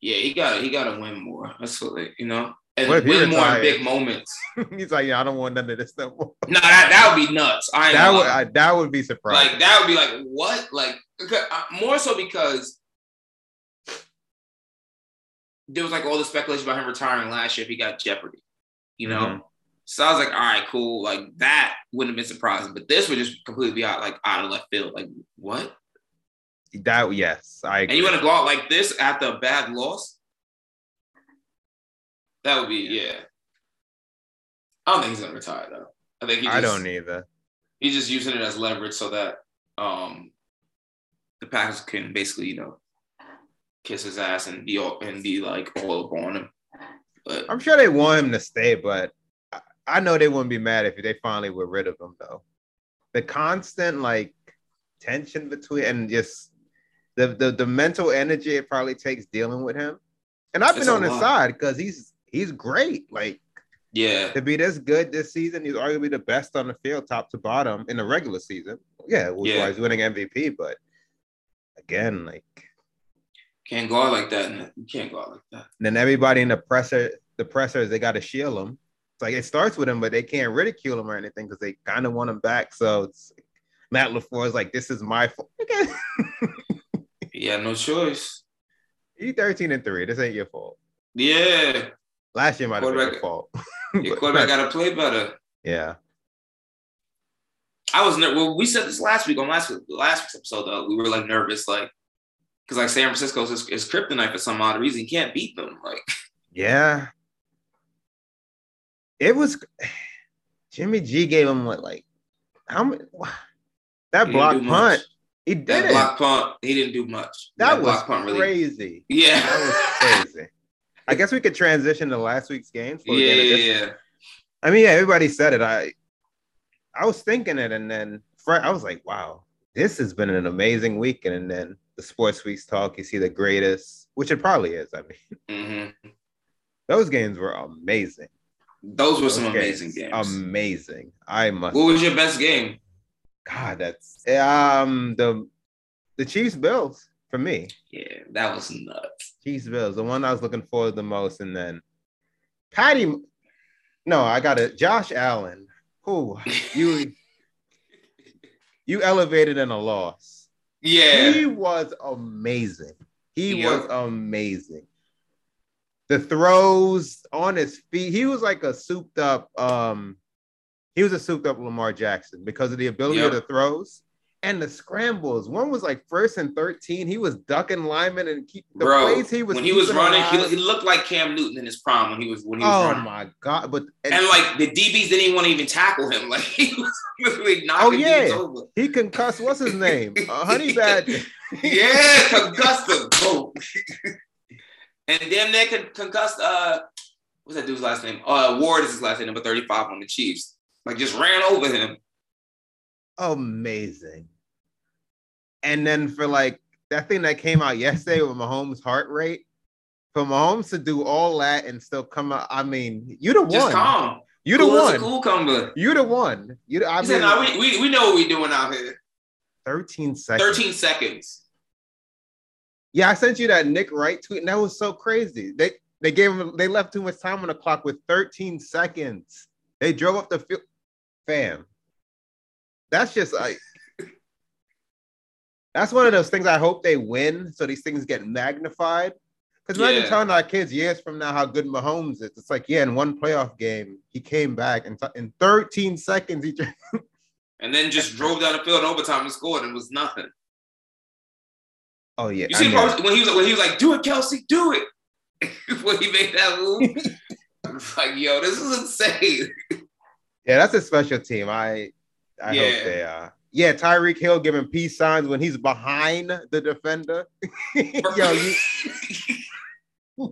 Speaker 3: Yeah, he got he got to win more. That's what they- you know, and
Speaker 4: What if he
Speaker 3: win more in
Speaker 4: retired?
Speaker 3: big moments.
Speaker 4: He's like, yeah, I don't want none of this no more.
Speaker 3: No, that that would be nuts. I ain't
Speaker 4: That
Speaker 3: gonna
Speaker 4: would
Speaker 3: lie.
Speaker 4: I, that would be surprising.
Speaker 3: like that would be like what like okay, uh, more so because
Speaker 4: Mm-hmm.
Speaker 3: there was like all the speculation about him retiring last year if he got Jeopardy, you know. So I was like, all right, cool. Like that wouldn't have been surprising, but this would just completely be out like out of left field. Like what?
Speaker 4: That yes, I
Speaker 3: And
Speaker 4: agree.
Speaker 3: you want to go out like this after a bad loss? That would be yeah. I don't think he's gonna retire though. I think he just,
Speaker 4: I don't either.
Speaker 3: he's just using it as leverage so that um the Packers can basically you know kiss his ass and be all and be like all up on him. But
Speaker 4: I'm sure they want him to stay, but I, I know they wouldn't be mad if they finally were rid of him though. The constant like tension between and just the the, the mental energy it probably takes dealing with him. And I've been
Speaker 3: It's a
Speaker 4: on his
Speaker 3: lot.
Speaker 4: side because he's he's great. Like
Speaker 3: yeah,
Speaker 4: to be this good this season, he's arguably the best on the field, top to bottom in the regular season. Yeah, which is
Speaker 3: Yeah.
Speaker 4: why he's winning MVP. But again, like
Speaker 3: can't go out like that. and You can't go out like that.
Speaker 4: then everybody in the presser, the pressers, they got to shield him. It's like it starts with him, but they can't ridicule him or anything because they kind of want him back. So it's Matt Lafleur is like, "This is my fault." Okay,
Speaker 3: He had no choice.
Speaker 4: you thirteen and three. This ain't your fault.
Speaker 3: Yeah,
Speaker 4: Last year might have been your
Speaker 3: Quarterback-
Speaker 4: fault.
Speaker 3: your
Speaker 4: But-
Speaker 3: quarterback got to play better.
Speaker 4: yeah,
Speaker 3: I was nervous. Well, we said this last week on last week, last week's episode though. We were like nervous, like because like San Francisco's is, is kryptonite for some odd reason. You can't beat them. Like
Speaker 4: yeah. It was Jimmy G gave him what like how many
Speaker 3: he
Speaker 4: that
Speaker 3: didn't
Speaker 4: block
Speaker 3: do
Speaker 4: punt.
Speaker 3: much.
Speaker 4: He did
Speaker 3: That
Speaker 4: it.
Speaker 3: block punt. He didn't do much.
Speaker 4: that was
Speaker 3: block punt
Speaker 4: crazy.
Speaker 3: Yeah.
Speaker 4: That was crazy. I guess we could transition to last week's games. before we
Speaker 3: yeah,
Speaker 4: get into
Speaker 3: yeah,
Speaker 4: this.
Speaker 3: yeah.
Speaker 4: I mean, yeah, everybody said it. I I was thinking it, and then Fri- I was like, wow, this has been an amazing weekend. And then the sports weeks talk, you see the greatest, which it probably is. I mean, Mm-hmm.
Speaker 3: hmm
Speaker 4: those games were amazing.
Speaker 3: Those were
Speaker 4: Those
Speaker 3: some
Speaker 4: games,
Speaker 3: amazing games.
Speaker 4: Um, Amazing. I must.
Speaker 3: what was your best game?
Speaker 4: God, that's um the the Chiefs Bills for me.
Speaker 3: Yeah, that was nuts.
Speaker 4: Chiefs Bills, the one I was looking forward to the most, and then Patty. No, I got it. Josh Allen. Who you you elevated in a loss. He
Speaker 3: Yeah,
Speaker 4: was amazing. He
Speaker 3: Yep.
Speaker 4: was amazing. The throws on his feet. He was like a souped up. Um, he was a souped up Lamar Jackson because of the ability of the
Speaker 3: Yep.
Speaker 4: throws and the scrambles. One was like first and thirteen. He was ducking linemen and keep the
Speaker 3: bro.
Speaker 4: plays he was
Speaker 3: when he was
Speaker 4: keeping
Speaker 3: running,
Speaker 4: alive.
Speaker 3: he, he looked like Cam Newton in his prime when he was when he was
Speaker 4: oh
Speaker 3: running.
Speaker 4: my god! But
Speaker 3: And like the DBs didn't even want to even tackle him. Like he was literally knocking
Speaker 4: Oh, yeah.
Speaker 3: dudes over.
Speaker 4: he concussed. What's his name? Uh, Honey Bad.
Speaker 3: Yeah, concussed him. Boom. and damn near con- concussed uh what's that dude's last name? Uh Ward is his last name, number 35 on the Chiefs. Like just ran over him.
Speaker 4: amazing. And then for like that thing that came out yesterday with Mahomes' heart rate, for Mahomes to do all that and still come out, I mean, you the
Speaker 3: Just
Speaker 4: one.
Speaker 3: calm.
Speaker 4: You the
Speaker 3: cool as a
Speaker 4: one.
Speaker 3: cool cucumber.
Speaker 4: You the one. You the, I
Speaker 3: He
Speaker 4: mean,
Speaker 3: said, nah, we, we, we know what we're doing out here.
Speaker 4: 13 seconds.
Speaker 3: 13 seconds.
Speaker 4: Yeah, I sent you that Nick Wright tweet, and that was so crazy. They they gave him they left too much time on the clock with 13 seconds. They drove up the field. Fam. That's just like that's one of those things I hope they win so these things get magnified. Because imagine
Speaker 3: Yeah.
Speaker 4: telling our kids years from now how good Mahomes is. It's like, yeah, in one playoff game, he came back and t- in 13 seconds, he just
Speaker 3: And then just drove down the field in overtime and scored and was nothing.
Speaker 4: Oh yeah.
Speaker 3: You
Speaker 4: I
Speaker 3: see
Speaker 4: know.
Speaker 3: when he was when he was like, "Do it, Kelsey, do it," when he made that move. I was like, "Yo, this is insane."
Speaker 4: Yeah, that's a special team. I I
Speaker 3: Yeah.
Speaker 4: hope they are. Yeah, Tyreek Hill giving peace signs when he's behind the defender. Yo, you,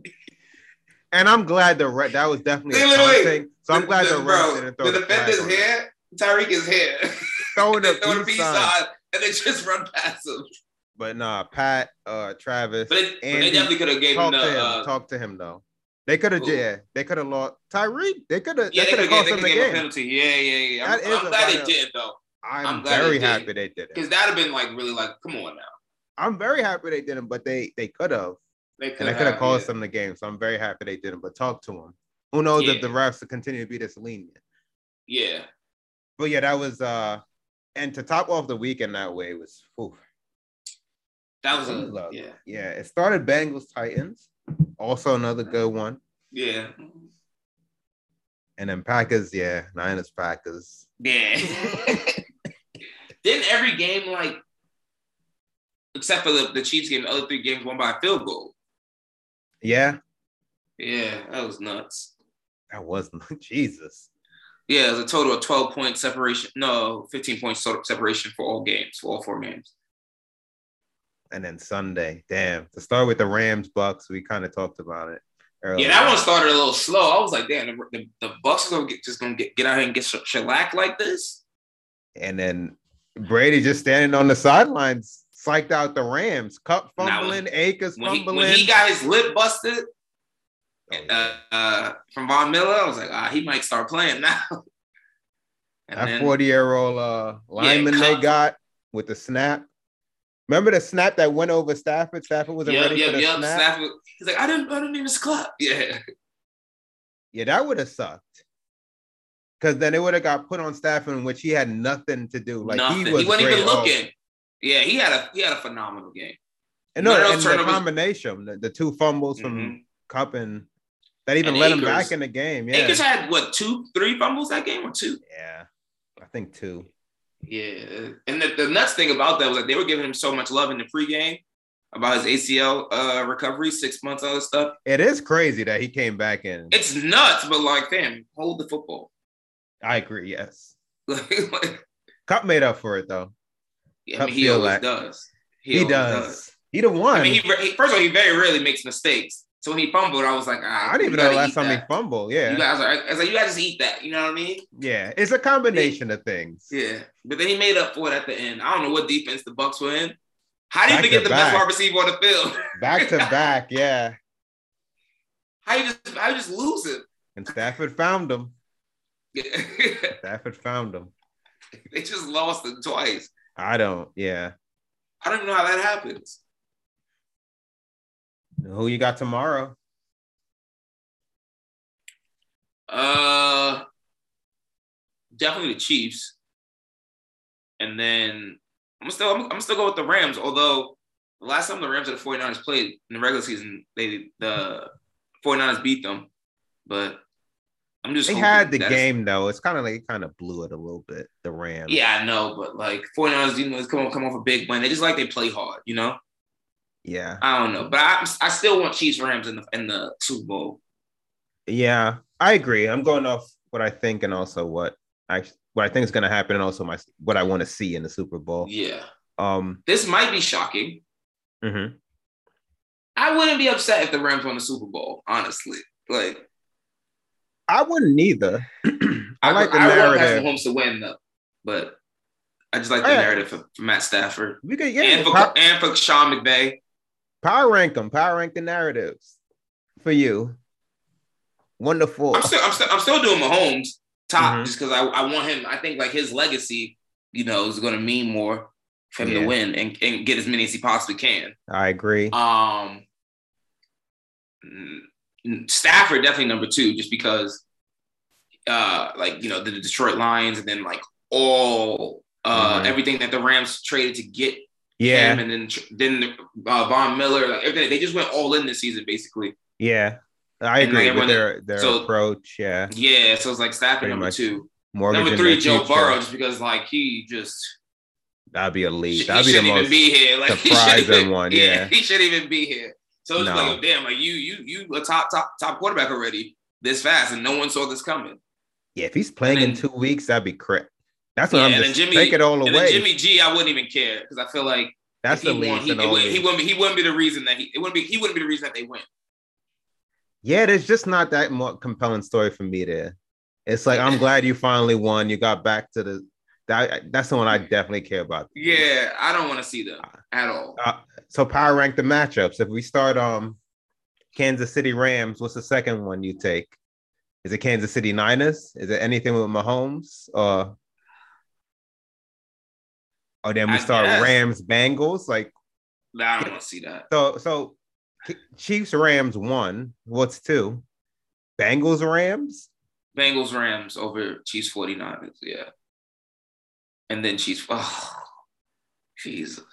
Speaker 4: and I'm glad the re- that was definitely a
Speaker 3: Wait, wait,
Speaker 4: punt
Speaker 3: wait.
Speaker 4: thing. So I'm glad the, refs didn't throw
Speaker 3: the
Speaker 4: the, flag
Speaker 3: defender's
Speaker 4: on it.
Speaker 3: here. Tyreek is here.
Speaker 4: throwing
Speaker 3: they
Speaker 4: a
Speaker 3: throw the
Speaker 4: peace,
Speaker 3: peace
Speaker 4: sign.
Speaker 3: sign and they just run past him.
Speaker 4: But nah, Pat, uh, Travis,
Speaker 3: But, it, but
Speaker 4: Andy,
Speaker 3: they definitely could have gave him
Speaker 4: talk
Speaker 3: the.
Speaker 4: to him.
Speaker 3: uh,
Speaker 4: talk to him though. They could have,
Speaker 3: Who?
Speaker 4: yeah, they could have lost Tyreek. They could have,
Speaker 3: yeah,
Speaker 4: they
Speaker 3: they
Speaker 4: could have cost
Speaker 3: could
Speaker 4: him
Speaker 3: have
Speaker 4: the
Speaker 3: gave him a
Speaker 4: game.
Speaker 3: penalty. Yeah, yeah, yeah.
Speaker 4: That
Speaker 3: I'm,
Speaker 4: is
Speaker 3: I'm
Speaker 4: a
Speaker 3: glad they
Speaker 4: violent-
Speaker 3: didn't though,
Speaker 4: I'm,
Speaker 3: I'm glad
Speaker 4: very
Speaker 3: they didn't.
Speaker 4: happy they did it.
Speaker 3: because that'd have been like really like, come on now.
Speaker 4: I'm very happy they didn't, but they they could have.
Speaker 3: They
Speaker 4: and
Speaker 3: could
Speaker 4: that could have caused
Speaker 3: yeah.
Speaker 4: them the game. So I'm very happy they didn't. But talk to him. Who knows if the
Speaker 3: Yeah.
Speaker 4: refs will continue to be this lenient?
Speaker 3: Yeah,
Speaker 4: But yeah, that was uh, and to top off the weekend that way was, whew,
Speaker 3: that was
Speaker 4: Good
Speaker 3: a
Speaker 4: luck.
Speaker 3: yeah,
Speaker 4: yeah. It started Bengals Titans, also another good one,
Speaker 3: yeah.
Speaker 4: And then Packers, yeah, Niners, Packers.
Speaker 3: Yeah. Didn't every game like, except for the, the Chiefs game, the other three games won by a field goal.
Speaker 4: Yeah,
Speaker 3: Yeah, that was nuts.
Speaker 4: that was Jesus.
Speaker 3: Yeah, it was a total of twelve point separation. No, fifteen point so- separation for all games, for all four games.
Speaker 4: And then Sunday, damn. To start with the Rams, Bucks, we kind of talked about it. Earlier.
Speaker 3: Yeah, that one started a little slow. I was like, damn, the, the, the Bucks are gonna get, just gonna get, get out here and get sh- shellacked like this.
Speaker 4: And then Brady just standing on the sidelines, psyched out the Rams, cup
Speaker 3: Nah, when-
Speaker 4: fumbling, Acres
Speaker 3: When he,
Speaker 4: fumbling.
Speaker 3: when he got his lip busted
Speaker 4: Oh, yeah.
Speaker 3: uh, uh, from Von Miller, I was like, ah, he might start playing now. And
Speaker 4: that
Speaker 3: then-
Speaker 4: 40 year old uh, lineman they
Speaker 3: Cobb.
Speaker 4: got with the snap. Remember the snap that went over Stafford? Stafford wasn't
Speaker 3: yep,
Speaker 4: ready
Speaker 3: yep,
Speaker 4: for the
Speaker 3: yep.
Speaker 4: snap.
Speaker 3: Stafford, he's like, I didn't, I didn't even clap. Yeah,
Speaker 4: Yeah, that would have sucked. Because then it would have got put on Stafford, in which he had nothing to do. Like
Speaker 3: nothing.
Speaker 4: he
Speaker 3: He,
Speaker 4: was
Speaker 3: wasn't
Speaker 4: great Oh.
Speaker 3: even
Speaker 4: all-
Speaker 3: looking. Yeah, he had a he had a phenomenal game.
Speaker 4: And no,
Speaker 3: None of those
Speaker 4: and the
Speaker 3: turnovers-
Speaker 4: combination, the, the two fumbles
Speaker 3: Mhm.
Speaker 4: from Cup and that even
Speaker 3: And
Speaker 4: let him
Speaker 3: Akers.
Speaker 4: back in the game. Yeah,
Speaker 3: Akers had what two, three fumbles that game or two?
Speaker 4: yeah, I think two.
Speaker 3: Yeah. And the, the nuts thing about that was that they were giving him so much love in the pregame about his ACL uh, recovery, six months, all this stuff.
Speaker 4: It is crazy that he came back in.
Speaker 3: It's nuts, but like, damn, hold the football.
Speaker 4: I agree. Yes,
Speaker 3: like, like,
Speaker 4: Cup made up for it though.
Speaker 3: I
Speaker 4: Cup
Speaker 3: mean, he
Speaker 4: feel
Speaker 3: always
Speaker 4: like-
Speaker 3: does.
Speaker 4: He,
Speaker 3: always
Speaker 4: does. He the one.
Speaker 3: I
Speaker 4: I,
Speaker 3: mean, he, he- first of all, he very rarely makes mistakes. So when he fumbled, I was like, ah,
Speaker 4: didn't
Speaker 3: you
Speaker 4: even know
Speaker 3: gotta
Speaker 4: last
Speaker 3: eat
Speaker 4: time
Speaker 3: that.
Speaker 4: he fumbled. Yeah,
Speaker 3: You guys are, I was like, you guys just eat that. You know what I mean?
Speaker 4: yeah. It's a combination of things.
Speaker 3: Yeah, but then he made up for it at the end. I don't know what defense the Bucks were in. How do you
Speaker 4: Back
Speaker 3: forget
Speaker 4: to
Speaker 3: the best
Speaker 4: back.
Speaker 3: wide receiver on the field?
Speaker 4: Back to back. Yeah,
Speaker 3: How you just how you just lose it?
Speaker 4: and Stafford found him.
Speaker 3: Yeah.
Speaker 4: Stafford found him.
Speaker 3: they just lost it twice.
Speaker 4: I don't. Yeah.
Speaker 3: I don't even know how that happens.
Speaker 4: Who you got tomorrow?
Speaker 3: Uh, definitely the Chiefs, and then I'm still I'm, I'm still going with the Rams. Although the last time the Rams and the 49ers played in the regular season, they the 49ers beat them, but I'm just
Speaker 4: They
Speaker 3: hoping
Speaker 4: had the
Speaker 3: that-
Speaker 4: game though. It's kind of like it kind of blew it a little bit. The Rams.
Speaker 3: Yeah, I know, but like 49ers, you know, it's come on, come off a big win. They just like they play hard, you know.
Speaker 4: Yeah.
Speaker 3: I don't know, but I, I still want Chiefs Rams in the in the Super Bowl.
Speaker 4: Yeah. I agree. I'm going off what I think and also what I what I think is going to happen and also my what I want to see in the Super Bowl.
Speaker 3: Yeah,
Speaker 4: Um.
Speaker 3: this might be shocking. Mm-hmm.
Speaker 4: mhm.
Speaker 3: I wouldn't be upset if the Rams won the Super Bowl, honestly. Like
Speaker 4: I wouldn't either. I like the
Speaker 3: I would have
Speaker 4: narrative.
Speaker 3: Mahomes to win though, but I just like the
Speaker 4: Oh, yeah.
Speaker 3: narrative for, for Matt Stafford
Speaker 4: We could yeah.
Speaker 3: and for
Speaker 4: pow-
Speaker 3: and for Sean McVay.
Speaker 4: power rank them. Power rank the narratives for you. Wonderful.
Speaker 3: I'm still I'm still I'm still doing Mahomes top
Speaker 4: Mhm.
Speaker 3: just because I, I want him. I think like his legacy, you know, is going to mean more for him
Speaker 4: Yeah.
Speaker 3: to win and, and get as many as he possibly can.
Speaker 4: I agree.
Speaker 3: Um, mm, Stafford definitely number two, just because, uh, like you know the Detroit Lions, and then like all uh
Speaker 4: Mhm.
Speaker 3: everything that the Rams traded to get
Speaker 4: yeah.
Speaker 3: him, and then tr- then uh, Von Miller, like everything. They just went all in this season, basically.
Speaker 4: Yeah. I
Speaker 3: And, like,
Speaker 4: agree
Speaker 3: everyone-
Speaker 4: with their their
Speaker 3: so-
Speaker 4: approach. Yeah.
Speaker 3: Yeah, so it's like Stafford
Speaker 4: Pretty
Speaker 3: number
Speaker 4: much.
Speaker 3: two,
Speaker 4: Mortgage
Speaker 3: number
Speaker 4: in
Speaker 3: three
Speaker 4: their
Speaker 3: Joe
Speaker 4: future.
Speaker 3: Burrow, just because like he just
Speaker 4: That'd be a
Speaker 3: he
Speaker 4: lead. That'd be the
Speaker 3: shouldn't even
Speaker 4: most.
Speaker 3: be here. Like he shouldn't
Speaker 4: surprising
Speaker 3: even-
Speaker 4: one, yeah.
Speaker 3: he shouldn't even be here. So it's
Speaker 4: No.
Speaker 3: like, oh, damn, like you, you, you a top, top, top quarterback already this fast, and no one saw this coming.
Speaker 4: yeah, if he's playing in
Speaker 3: then-
Speaker 4: two weeks, that'd be crap. That's what
Speaker 3: Yeah,
Speaker 4: I'm
Speaker 3: and
Speaker 4: just
Speaker 3: then Jimmy-
Speaker 4: take it all
Speaker 3: And then
Speaker 4: away.
Speaker 3: Jimmy G, I wouldn't even care because I feel like
Speaker 4: That's
Speaker 3: if
Speaker 4: the
Speaker 3: he won,
Speaker 4: least
Speaker 3: he,
Speaker 4: and
Speaker 3: it wouldn't,
Speaker 4: only.
Speaker 3: he wouldn't be, he wouldn't be the reason that he it wouldn't be he wouldn't be the reason that they win.
Speaker 4: Yeah, there's just not that more compelling story for me there. It's like I'm glad you finally won. You got back to the that. That's the one I definitely care about.
Speaker 3: Yeah, I don't want to see them at all.
Speaker 4: Uh, so power rank the matchups. If we start um Kansas City Rams, what's the second one you take? Is it Kansas City Niners? Is it anything with Mahomes? Or oh, then we
Speaker 3: I
Speaker 4: start
Speaker 3: guess.
Speaker 4: Rams Bengals. Like
Speaker 3: Nah, I don't want to see that.
Speaker 4: so, so K- Chiefs Rams one. What's two? Bengals Rams.
Speaker 3: Bengals Rams over Chiefs 49ers, yeah. And then Chiefs. Oh, Jesus.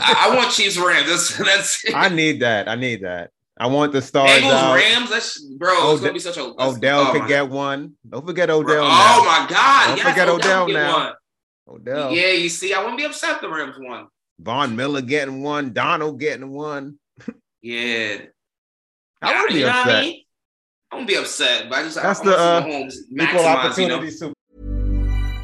Speaker 3: I, I want Chiefs Rams. That's that's it.
Speaker 4: I need that. I need that. I want the stars
Speaker 3: Bengals,
Speaker 4: out.
Speaker 3: Rams. That's bro.
Speaker 4: Ode-
Speaker 3: it's gonna be such a that's-
Speaker 4: Odell
Speaker 3: oh
Speaker 4: could
Speaker 3: my
Speaker 4: get one. Don't forget
Speaker 3: God.
Speaker 4: Odell.
Speaker 3: Oh
Speaker 4: now.
Speaker 3: my God!
Speaker 4: Don't
Speaker 3: yes,
Speaker 4: forget Odell
Speaker 3: could get
Speaker 4: now.
Speaker 3: one.
Speaker 4: Odell.
Speaker 3: Yeah, you see, I wouldn't be upset if the Rams won.
Speaker 4: Von Miller getting one. Donald getting one.
Speaker 3: Yeah,
Speaker 4: I wouldn't be
Speaker 3: You know what
Speaker 4: upset.
Speaker 3: I mean? I wouldn't be upset, but I just
Speaker 4: That's
Speaker 3: I,
Speaker 4: the,
Speaker 3: I
Speaker 4: uh,
Speaker 3: want to see Mahomes
Speaker 4: Equal
Speaker 3: maximize, you know?
Speaker 4: opportunity Super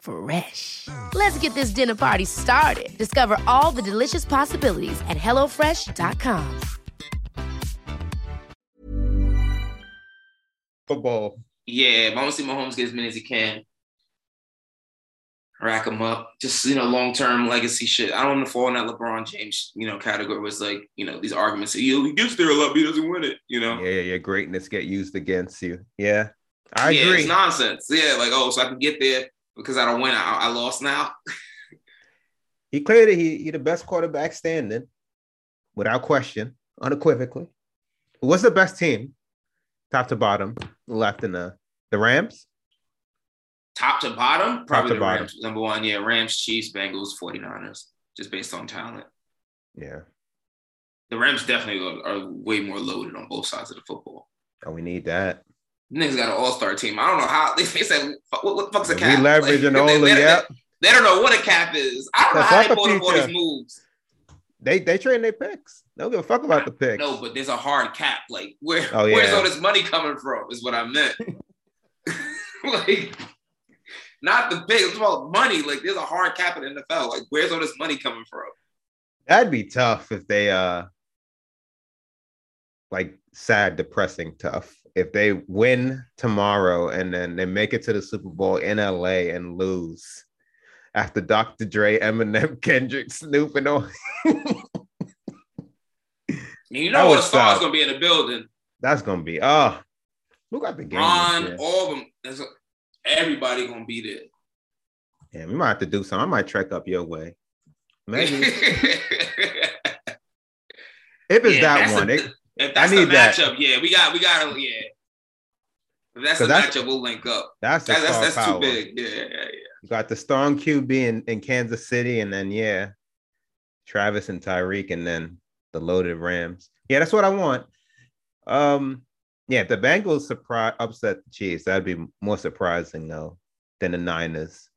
Speaker 5: Fresh. Let's get this dinner party started. Discover all the delicious possibilities at hellofresh.com.
Speaker 4: Bowl.
Speaker 3: Yeah, but I want to see Mahomes get as many as he can. Rack them up. Just, you know, long term legacy shit. I don't want to fall in that LeBron James, you know, category was like, you know, these arguments. You know, he gets there a lot, but he doesn't win it, you know?
Speaker 4: Yeah, yeah, yeah. Greatness get used against you. Yeah, I
Speaker 3: Yeah,
Speaker 4: agree.
Speaker 3: It's nonsense. Yeah, like, oh, so I can get there because I don't win. I, I lost now.
Speaker 4: he clearly he, he the best quarterback standing, without question, unequivocally. What's the best team, top to bottom, left in the the Rams?
Speaker 3: Top to bottom, probably
Speaker 4: to
Speaker 3: the
Speaker 4: bottom.
Speaker 3: Rams. Number one, yeah. Rams, Chiefs, Bengals, 49ers, just based on talent.
Speaker 4: Yeah.
Speaker 3: The Rams definitely are, are way more loaded on both sides of the football.
Speaker 4: Oh, we need that.
Speaker 3: Niggas got an all star team. I don't know how they, they said what, what the fuck's a
Speaker 4: We
Speaker 3: cap?
Speaker 4: leveraging all
Speaker 3: they,
Speaker 4: the
Speaker 3: they,
Speaker 4: yep.
Speaker 3: they don't know what a cap is. I don't know
Speaker 4: That's
Speaker 3: how they
Speaker 4: not the
Speaker 3: pulled up all
Speaker 4: future.
Speaker 3: these moves.
Speaker 4: They they trading their picks. They don't give a fuck about the picks.
Speaker 3: No, but there's a hard cap. Like where
Speaker 4: Oh, yeah.
Speaker 3: where's all this money coming from? Is what I meant. like not the big. It's about money. Like there's a hard cap in the NFL. Like where's all this money coming from?
Speaker 4: That'd be tough if they uh like sad, depressing tough. If they win tomorrow and then they make it to the Super Bowl in LA and lose after Dr. Dre, Eminem, Kendrick, Snoop, and all
Speaker 3: And you
Speaker 4: That
Speaker 3: know what
Speaker 4: would
Speaker 3: a star's
Speaker 4: suck.
Speaker 3: gonna be in the building.
Speaker 4: that's gonna be oh who got the game? this
Speaker 3: Ron,
Speaker 4: year?
Speaker 3: all of them. There's a- Everybody gonna be there.
Speaker 4: Yeah, we might have to do something. I might trek up your way. Maybe if it's
Speaker 3: Yeah,
Speaker 4: that
Speaker 3: that's
Speaker 4: one,
Speaker 3: a-
Speaker 4: it,
Speaker 3: If that's
Speaker 4: I
Speaker 3: the
Speaker 4: need that.
Speaker 3: matchup, yeah, we got we got to yeah. If that's the
Speaker 4: 'Cause that's-
Speaker 3: matchup, we'll link up.
Speaker 4: that's the
Speaker 3: That- that's
Speaker 4: star
Speaker 3: that's too
Speaker 4: power.
Speaker 3: big. Yeah, yeah, yeah.
Speaker 4: You got the strong QB in, in Kansas City, and then yeah, Travis and Tyreek, and then the loaded Rams. Yeah, that's what I want. Um, yeah, if the Bengals surprise upset the Chiefs, that'd be more surprising though than the Niners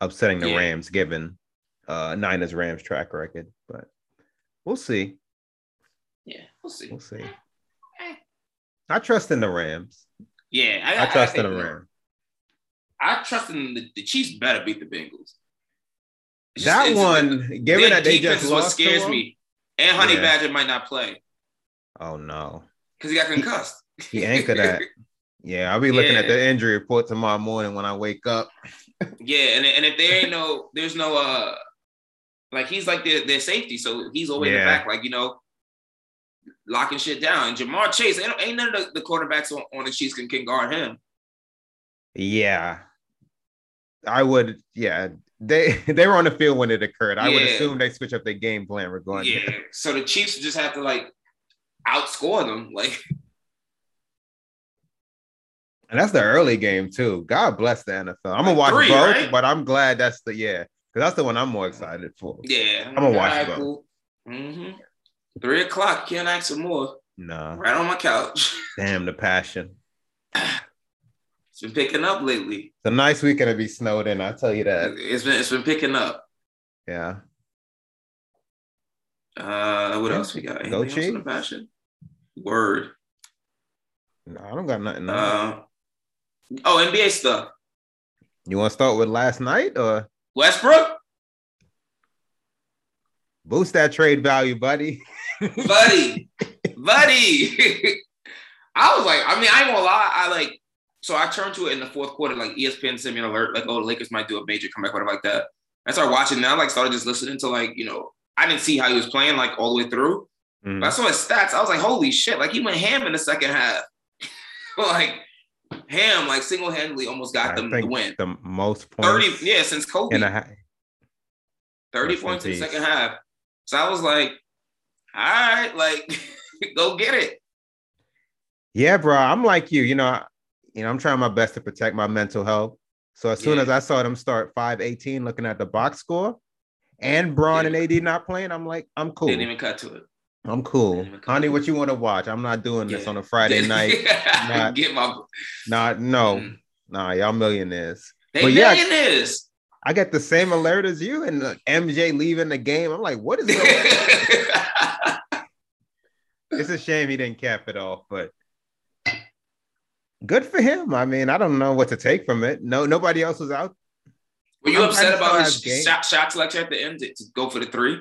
Speaker 4: upsetting the
Speaker 3: Yeah.
Speaker 4: Rams, given uh Niners Rams track record. But we'll see.
Speaker 3: Yeah, we'll see.
Speaker 4: We'll see. I trust in the Rams.
Speaker 3: Yeah,
Speaker 4: I trust in
Speaker 3: think-
Speaker 4: the Rams.
Speaker 3: I trust in the, the Chiefs. Better beat the Bengals. It's just-
Speaker 4: That
Speaker 3: it's-
Speaker 4: one,
Speaker 3: their
Speaker 4: given that they
Speaker 3: defense
Speaker 4: just
Speaker 3: is what
Speaker 4: lost, to
Speaker 3: scares
Speaker 4: them-
Speaker 3: me. And Honey
Speaker 4: Yeah.
Speaker 3: Badger might not play
Speaker 4: Oh no,
Speaker 3: because he got concussed.
Speaker 4: he anchored that. Yeah, I'll be looking at
Speaker 3: Yeah.
Speaker 4: the injury report tomorrow morning when I wake up.
Speaker 3: Yeah, and and if there ain't no, there's no uh, like he's like their their safety, so he's always in
Speaker 4: Yeah.
Speaker 3: the back, like you know, locking shit down. Jamar Chase ain't, ain't none of the, the quarterbacks on, on the Chiefs can, can guard him.
Speaker 4: Yeah. I would, yeah. They they were on the field when it occurred. I would
Speaker 3: Yeah.
Speaker 4: assume they switch up their game plan regarding
Speaker 3: Yeah, so the Chiefs just have to like outscore them. Like
Speaker 4: And that's the early game too. God bless the NFL. I'm gonna watch
Speaker 3: Three,
Speaker 4: both,
Speaker 3: right?
Speaker 4: but I'm glad that's the yeah, because that's the one I'm more excited for.
Speaker 3: yeah, I'm
Speaker 4: gonna watch both.
Speaker 3: hmm Three o'clock. Can't ask for more.
Speaker 4: Nah,
Speaker 3: Right on my couch.
Speaker 4: damn the passion.
Speaker 3: It's been picking up lately.
Speaker 4: It's a nice weekend to be snowed in. I tell you that.
Speaker 3: It's been it's been picking up.
Speaker 4: Yeah,
Speaker 3: Uh, what else we got? Anything else
Speaker 4: Go
Speaker 3: on the
Speaker 4: Chiefs.
Speaker 3: passion? Word.
Speaker 4: no, I don't got nothing. on.
Speaker 3: Uh, oh, NBA stuff.
Speaker 4: you want to start with last night or
Speaker 3: Westbrook,
Speaker 4: boost that trade value, buddy?
Speaker 3: buddy, buddy. I was like, I mean, I ain't gonna lie. I like, so I turned to it in the fourth quarter, like E ESPN sent me an alert, like, oh, the Lakers might do a major comeback, whatever, like that. I started watching. Now, like, started just listening to like, you know, I didn't see how he was playing like all the way through. But I saw his stats. I was like, holy shit! Like he went ham in the second half. like ham, like single handedly, almost got them the win.
Speaker 4: the most points.
Speaker 3: Thirty, yeah, since Kobe.
Speaker 4: and a half.
Speaker 3: 30
Speaker 4: Rest in
Speaker 3: points in the
Speaker 4: peace.
Speaker 3: second half. So I was like, all right, like, go get it.
Speaker 4: Yeah, bro. I'm like you. You know, I, you know, I'm trying my best to protect my mental health. So as soon
Speaker 3: Yeah.
Speaker 4: as I saw them start 5-18 looking at the box score and Braun
Speaker 3: Yeah.
Speaker 4: and AD not playing, I'm like, I'm cool.
Speaker 3: Didn't even cut to it.
Speaker 4: I'm cool.
Speaker 3: Didn't even come
Speaker 4: Honey,
Speaker 3: to
Speaker 4: what you want to watch? I'm not doing this
Speaker 3: Yeah.
Speaker 4: on a Friday night. Nah.
Speaker 3: get my
Speaker 4: Nah, no.
Speaker 3: Mm.
Speaker 4: Nah, y'all millionaires.
Speaker 3: they
Speaker 4: But yeah.
Speaker 3: millionaires.
Speaker 4: I get the same alert as you and uh, MJ leaving the game. I'm like, what is going on?
Speaker 3: yeah,
Speaker 4: It's a shame he didn't cap it off, but good for him. I mean, I don't know what to take from it. No, nobody else was out.
Speaker 3: Were you
Speaker 4: I'm trying
Speaker 3: upset
Speaker 4: to
Speaker 3: about
Speaker 4: survive
Speaker 3: his
Speaker 4: game.
Speaker 3: shot, shot selection at the end to to go for the three?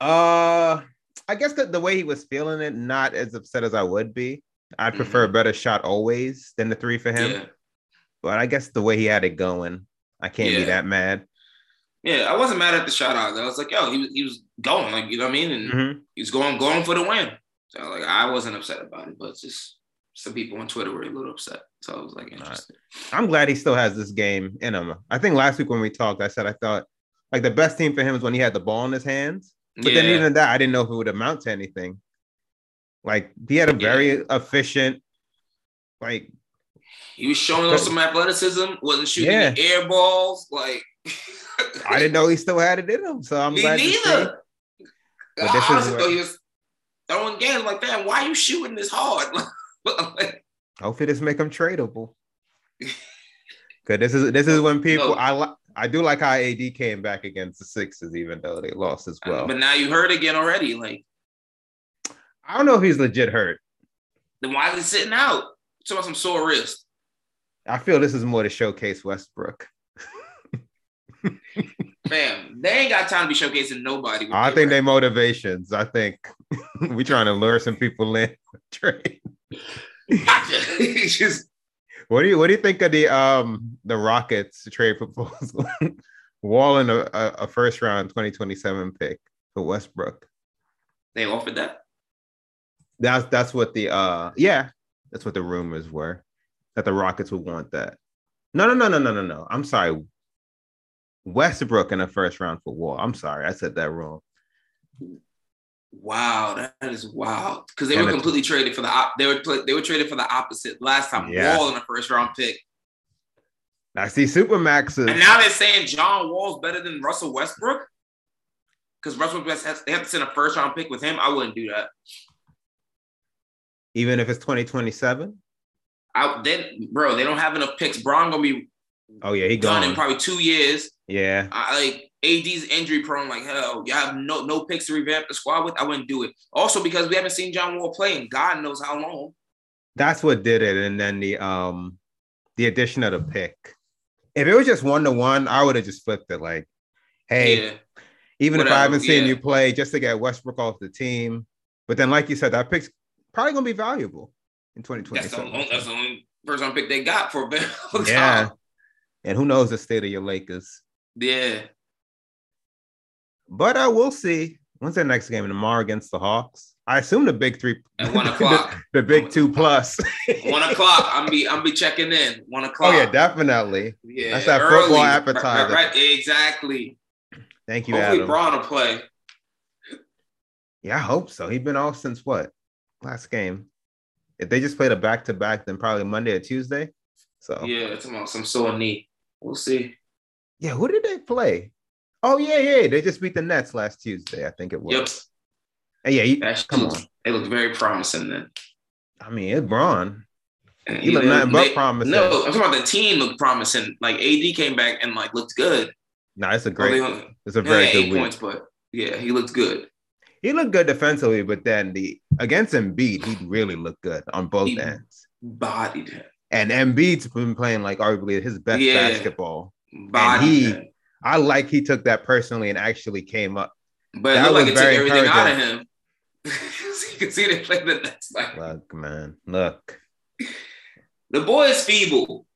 Speaker 4: Uh, I guess that the way he was feeling it, not as upset as I would be. I'd prefer a better shot always than the three for him.
Speaker 3: Mm-hmm. Yeah.
Speaker 4: But I guess the way he had it going, I can't be
Speaker 3: Yeah.
Speaker 4: that mad.
Speaker 3: Yeah, I wasn't mad at the shot out. I was like, yo, he was, he was going, like, you know what I mean? And
Speaker 4: Mhm.
Speaker 3: he was going, going for the win. So, like, I wasn't upset about it, but just some people on Twitter were a little upset. So I was like, interesting.
Speaker 4: I'm glad he still has this game in him. I think last week when we talked, I said I thought like the best team for him is when he had the ball in his hands. But then
Speaker 3: Yeah.
Speaker 4: even that, I didn't know if it would amount to anything. Like he had a very efficient, like
Speaker 3: He was showing off some athleticism, wasn't shooting
Speaker 4: Yeah.
Speaker 3: any air balls. Like
Speaker 4: I didn't know he still had it in him. So I'm
Speaker 3: me
Speaker 4: glad to see.
Speaker 3: neither.
Speaker 4: But this
Speaker 3: I
Speaker 4: is
Speaker 3: honestly
Speaker 4: what-
Speaker 3: thought he was throwing games like, man, why are you shooting this hard? Like,
Speaker 4: Hopefully this make him tradable. Cause this is this is when people
Speaker 3: No.
Speaker 4: I li- I do like how AD came back against the Sixers, even though they lost as well.
Speaker 3: but now you heard again already. Like,
Speaker 4: I don't know if he's legit hurt.
Speaker 3: then why is he sitting out? Talking about some sore wrist.
Speaker 4: I feel this is more to showcase Westbrook.
Speaker 3: Man, they ain't got time to be showcasing nobody. with
Speaker 4: I
Speaker 3: their
Speaker 4: think
Speaker 3: rep.
Speaker 4: they motivations. I think we trying to lure some people in. Trey,
Speaker 3: It's just
Speaker 4: what do you what do you think of the um the Rockets trade proposal? Wall in a, a, a first round 2027 pick for Westbrook.
Speaker 3: they offered that.
Speaker 4: That's that's what the uh yeah, that's what the rumors were that the Rockets would want that. No, no, no, no, no, no, no. I'm sorry. Westbrook in the first round for Wall. I'm sorry, I said that wrong.
Speaker 3: Wow, that is wild. Because they
Speaker 4: And
Speaker 3: were
Speaker 4: it-
Speaker 3: completely traded for the op- they were pla they were traded for the opposite last time.
Speaker 4: Yeah.
Speaker 3: Wall in the first round pick.
Speaker 4: I see Supermaxes.
Speaker 3: And now they're saying John Wall's better than Russell Westbrook because Russell Westbrook has, they have to send a first round pick with him. I wouldn't do that.
Speaker 4: even if it's 2027.
Speaker 3: I then, bro, they don't have enough picks. Braun gonna be
Speaker 4: Oh yeah, he
Speaker 3: done in
Speaker 4: gone.
Speaker 3: probably two years.
Speaker 4: Yeah.
Speaker 3: I like AD's injury prone, like hell. You have no no picks to revamp the squad with. I wouldn't do it. Also because we haven't seen John Wall play in God knows how long.
Speaker 4: that's what did it and then the um the addition of the pick if it was just one to one i would have just flipped it like hey
Speaker 3: Yeah,
Speaker 4: even if i
Speaker 3: whatever,
Speaker 4: haven't seen
Speaker 3: yeah.
Speaker 4: you play just to get westbrook off the team but then like you said that pick's probably going to be valuable in 2020.
Speaker 3: That's the,
Speaker 4: so-
Speaker 3: only, that's the only first round pick they got for a very long
Speaker 4: yeah.
Speaker 3: time.
Speaker 4: And who knows the state of your Lakers.
Speaker 3: Yeah.
Speaker 4: But I will see. When's their next game? Tomorrow against the Hawks. I assume the big three
Speaker 3: At one
Speaker 4: the-
Speaker 3: o'clock.
Speaker 4: The, big two plus.
Speaker 3: One o'clock. I'm be I'm be checking in. One o'clock.
Speaker 4: oh yeah, definitely.
Speaker 3: Yeah,
Speaker 4: That's that football appetizer.
Speaker 3: Right, right, right. exactly.
Speaker 4: Thank you,
Speaker 3: Hopefully,
Speaker 4: Adam.
Speaker 3: Braun will play.
Speaker 4: yeah, I hope so. He's been off since what? Last game. If they just played a back to back, then probably Monday or Tuesday. So yeah.
Speaker 3: Yeah, it's about some sore knee. We'll see.
Speaker 4: who did they play? Oh yeah, yeah. They just beat the Nets last Tuesday. I think it was.
Speaker 3: Yep,
Speaker 4: And yeah, he,
Speaker 3: that
Speaker 4: come
Speaker 3: shoot-
Speaker 4: on.
Speaker 3: It looked very promising then.
Speaker 4: I mean, it's Braun.
Speaker 3: And
Speaker 4: He looked
Speaker 3: they-
Speaker 4: nothing but
Speaker 3: they-
Speaker 4: promising.
Speaker 3: No, I'm talking about the team looked promising. Like AD came back and like looked good.
Speaker 4: No, it's a
Speaker 3: Only-
Speaker 4: great. It's a
Speaker 3: he only
Speaker 4: very
Speaker 3: had
Speaker 4: good
Speaker 3: eight
Speaker 4: week.
Speaker 3: points, but yeah, he looked good.
Speaker 4: He looked good defensively, but then the against Embiid, he really looked good on both
Speaker 3: He-
Speaker 4: ends.
Speaker 3: Bodied him.
Speaker 4: And Embiid's been playing like arguably his best
Speaker 3: Yeah.
Speaker 4: basketball.
Speaker 3: Bodied
Speaker 4: he-
Speaker 3: him.
Speaker 4: I like he took that personally and actually came up.
Speaker 3: But it
Speaker 4: that
Speaker 3: looked like
Speaker 4: was
Speaker 3: it took
Speaker 4: very
Speaker 3: everything out of him. you can see they played the next night.
Speaker 4: Look, man, look.
Speaker 3: The boy is feeble.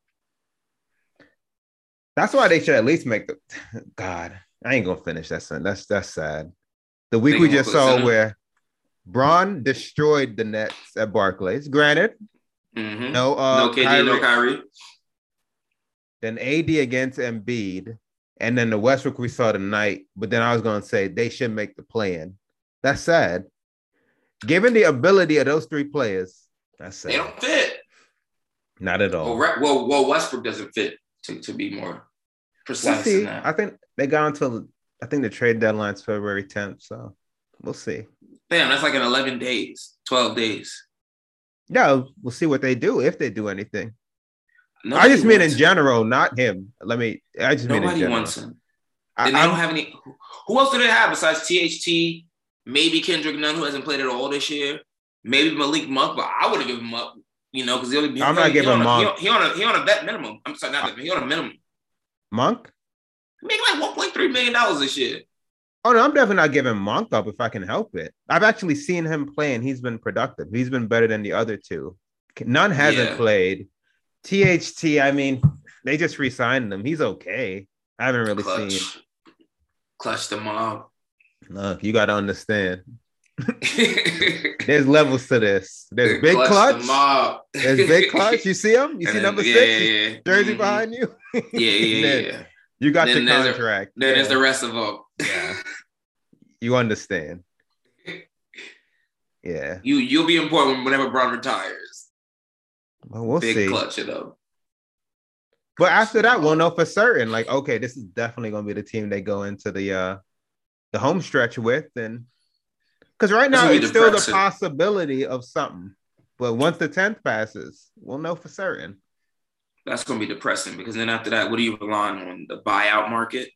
Speaker 4: That's why they should at least make the. God, I ain't gonna finish that sentence. That's that's sad. The week
Speaker 3: They
Speaker 4: we
Speaker 3: gonna
Speaker 4: just
Speaker 3: put us in
Speaker 4: saw
Speaker 3: it?
Speaker 4: where Braun destroyed the Nets at Barclays. Granted,
Speaker 3: hmm
Speaker 4: no, uh,
Speaker 3: no KD, no Kyrie.
Speaker 4: then AD against Embiid, and then the Westbrook we saw tonight. But then I was going to say they should make the plan. That's sad. Given the ability of those three players, that's
Speaker 3: They
Speaker 4: sad.
Speaker 3: don't fit.
Speaker 4: Not at
Speaker 3: Well,
Speaker 4: all.
Speaker 3: Re- well, well, Westbrook doesn't fit to, to be more
Speaker 4: We'll
Speaker 3: precise in
Speaker 4: see.
Speaker 3: that.
Speaker 4: I think they got until I think the trade deadline's February 10th, so we'll see.
Speaker 3: Damn, that's like in 11 days, 12 days.
Speaker 4: Yeah, we'll see what they do if they do anything.
Speaker 3: No,
Speaker 4: I just mean in general, not him. Let me. I just mean in
Speaker 3: Nobody
Speaker 4: general.
Speaker 3: wants him.
Speaker 4: I,
Speaker 3: And they don't
Speaker 4: I'm-
Speaker 3: have any. Who else do they have besides THT? Maybe Kendrick Nunn, who hasn't played at all this year. Maybe Malik Monk, but I would have given him up, you know, because he only. he
Speaker 4: I'm not
Speaker 3: only- he
Speaker 4: giving
Speaker 3: on a-
Speaker 4: Monk.
Speaker 3: He on, he on a he on a vet minimum. I'm sorry, not vet, he on a minimum.
Speaker 4: Monk.
Speaker 3: He made like 1.3 million dollars this year.
Speaker 4: Oh no, I'm definitely not giving Monk up if I can help it. I've actually seen him play and he's been productive. He's been better than the other two. None hasn't
Speaker 3: Yeah.
Speaker 4: played. THT, I mean, they just re-signed him. He's okay. I haven't really seen.
Speaker 3: Clutch, clutch the mob.
Speaker 4: Look, you gotta understand. There's levels to this. There's big clutch.
Speaker 3: The mob.
Speaker 4: There's big clutch. You see him?
Speaker 3: And
Speaker 4: You see
Speaker 3: then-
Speaker 4: number
Speaker 3: yeah,
Speaker 4: six?
Speaker 3: yeah, yeah.
Speaker 4: Jersey
Speaker 3: Mhm.
Speaker 4: behind you?
Speaker 3: Yeah, yeah,
Speaker 4: Then
Speaker 3: yeah. yeah.
Speaker 4: You got
Speaker 3: Then
Speaker 4: your
Speaker 3: there's a-
Speaker 4: contract.
Speaker 3: Then
Speaker 4: Yeah.
Speaker 3: there's the rest of them.
Speaker 4: Yeah. You understand. Yeah.
Speaker 3: You you'll be important whenever Braun retires.
Speaker 4: Well, we'll
Speaker 3: Big
Speaker 4: see.
Speaker 3: clutch it up.
Speaker 4: But after that, we'll know for certain. Like, okay, this is definitely gonna be the team they go into the uh the home stretch with, and because right
Speaker 3: This
Speaker 4: now
Speaker 3: will be
Speaker 4: it's still the
Speaker 3: depressing.
Speaker 4: possibility of something. But once the tenth passes, we'll know for certain.
Speaker 3: That's gonna be depressing because then after that, what are you relying on? The buyout market?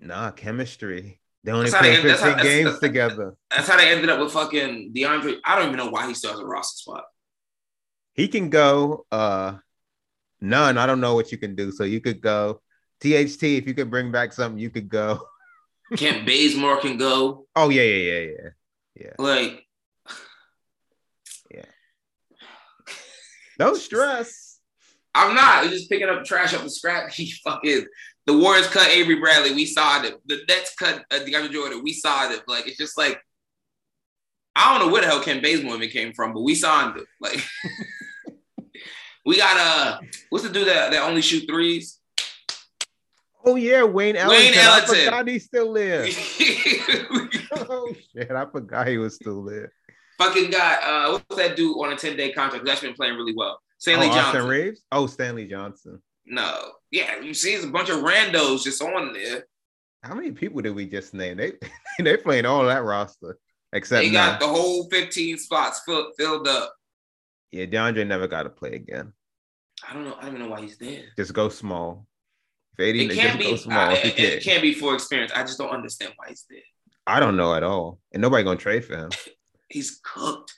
Speaker 4: Nah, chemistry. They only
Speaker 3: That's how they
Speaker 4: play
Speaker 3: end- that's how-
Speaker 4: 15
Speaker 3: that's-
Speaker 4: games together.
Speaker 3: That's how they ended up with fucking DeAndre. I don't even know why he still has a roster spot.
Speaker 4: He can go uh none. I don't know what you can do. So you could go THT if you could bring back something, you could go.
Speaker 3: Kent Bazemore can go.
Speaker 4: Oh yeah, yeah, yeah, yeah.
Speaker 3: Like
Speaker 4: No stress.
Speaker 3: I'm not. He's just picking up trash off the scrap. He fucking the Warriors cut Avery Bradley. We saw it. The Nets cut uh, DeAndre Jordan. We saw it. Like it's just like I don't know where the hell Ken Bazemore even came from, but we saw him. Like we got uh what's the dude that, that only shoot threes?
Speaker 4: Oh yeah, Wayne Ellington.
Speaker 3: Ellington.
Speaker 4: I forgot he's still there.
Speaker 3: fucking
Speaker 4: oh shit, I forgot he was still there.
Speaker 3: got uh what's that dude on a 10 day contract? That's been playing really well. Stanley
Speaker 4: oh,
Speaker 3: Johnson.
Speaker 4: Austin Reeves. Oh, Stanley Johnson.
Speaker 3: No, yeah, you see, it's a bunch of randos just on there.
Speaker 4: How many people did we just name? They they playing all that roster except
Speaker 3: They got
Speaker 4: now.
Speaker 3: the whole 15 spots fill, filled up.
Speaker 4: yeah, DeAndre never got to play again.
Speaker 3: I don't know. I don't even know why he's there.
Speaker 4: Just go small. Fading
Speaker 3: It
Speaker 4: just
Speaker 3: can't be.
Speaker 4: go small.
Speaker 3: I-
Speaker 4: if you
Speaker 3: it, it
Speaker 4: can.
Speaker 3: can't be for experience. I just don't understand why he's there.
Speaker 4: I don't know at all, and nobody gonna trade for him.
Speaker 3: He's cooked.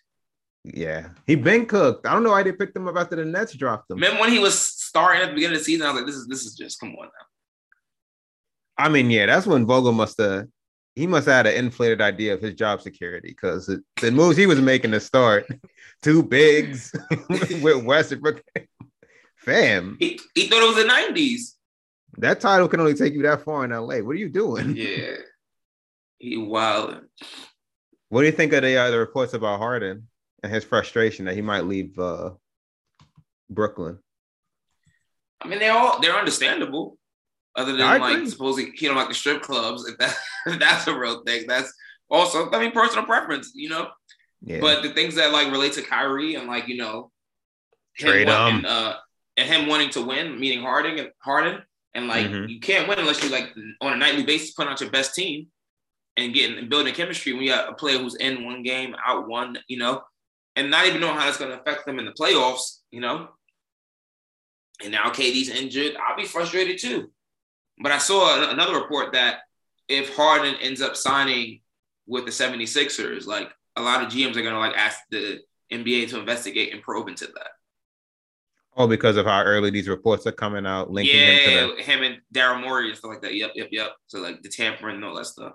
Speaker 4: Yeah, he been cooked. I don't know why they picked him up after the Nets dropped him.
Speaker 3: Remember when he was starting at the beginning of the season? I was like, this is this is just come on now.
Speaker 4: I mean, yeah, that's when Vogel must have. he must have had an inflated idea of his job security because the moves he was making to start two bigs with Westbrook. Fam,
Speaker 3: He, he thought it was the nineties.
Speaker 4: that title can only take you that far in LA. What are you doing?
Speaker 3: Yeah, he wild.
Speaker 4: What do you think of the uh, the reports about Harden and his frustration that he might leave uh, Brooklyn?
Speaker 3: I mean, they're all they're understandable. Other than
Speaker 4: I
Speaker 3: like
Speaker 4: agree.
Speaker 3: supposedly he don't like the strip clubs. If, that, if that's a real thing, that's also I mean personal preference, you know.
Speaker 4: Yeah,
Speaker 3: But the things that like relate to Kyrie and like you know,
Speaker 4: Trade
Speaker 3: wa- and,
Speaker 4: him.
Speaker 3: uh, and him wanting to win, meaning Harding and Harden, and like
Speaker 4: Mhm.
Speaker 3: you can't win unless you like on a nightly basis putting out your best team and getting and building chemistry. When you got a player who's in one game, out one, you know, and not even knowing how that's going to affect them in the playoffs, you know. And now KD's injured. I'll be frustrated too. But I saw an- another report that if Harden ends up signing with the 76ers, like a lot of GMs are going to like ask the NBA to investigate and probe into that.
Speaker 4: all because of how early these reports are coming out, linking
Speaker 3: yeah,
Speaker 4: him to
Speaker 3: him, and Daryl Morey and stuff like that. Yep, yep, yep. So like the tampering and all that stuff.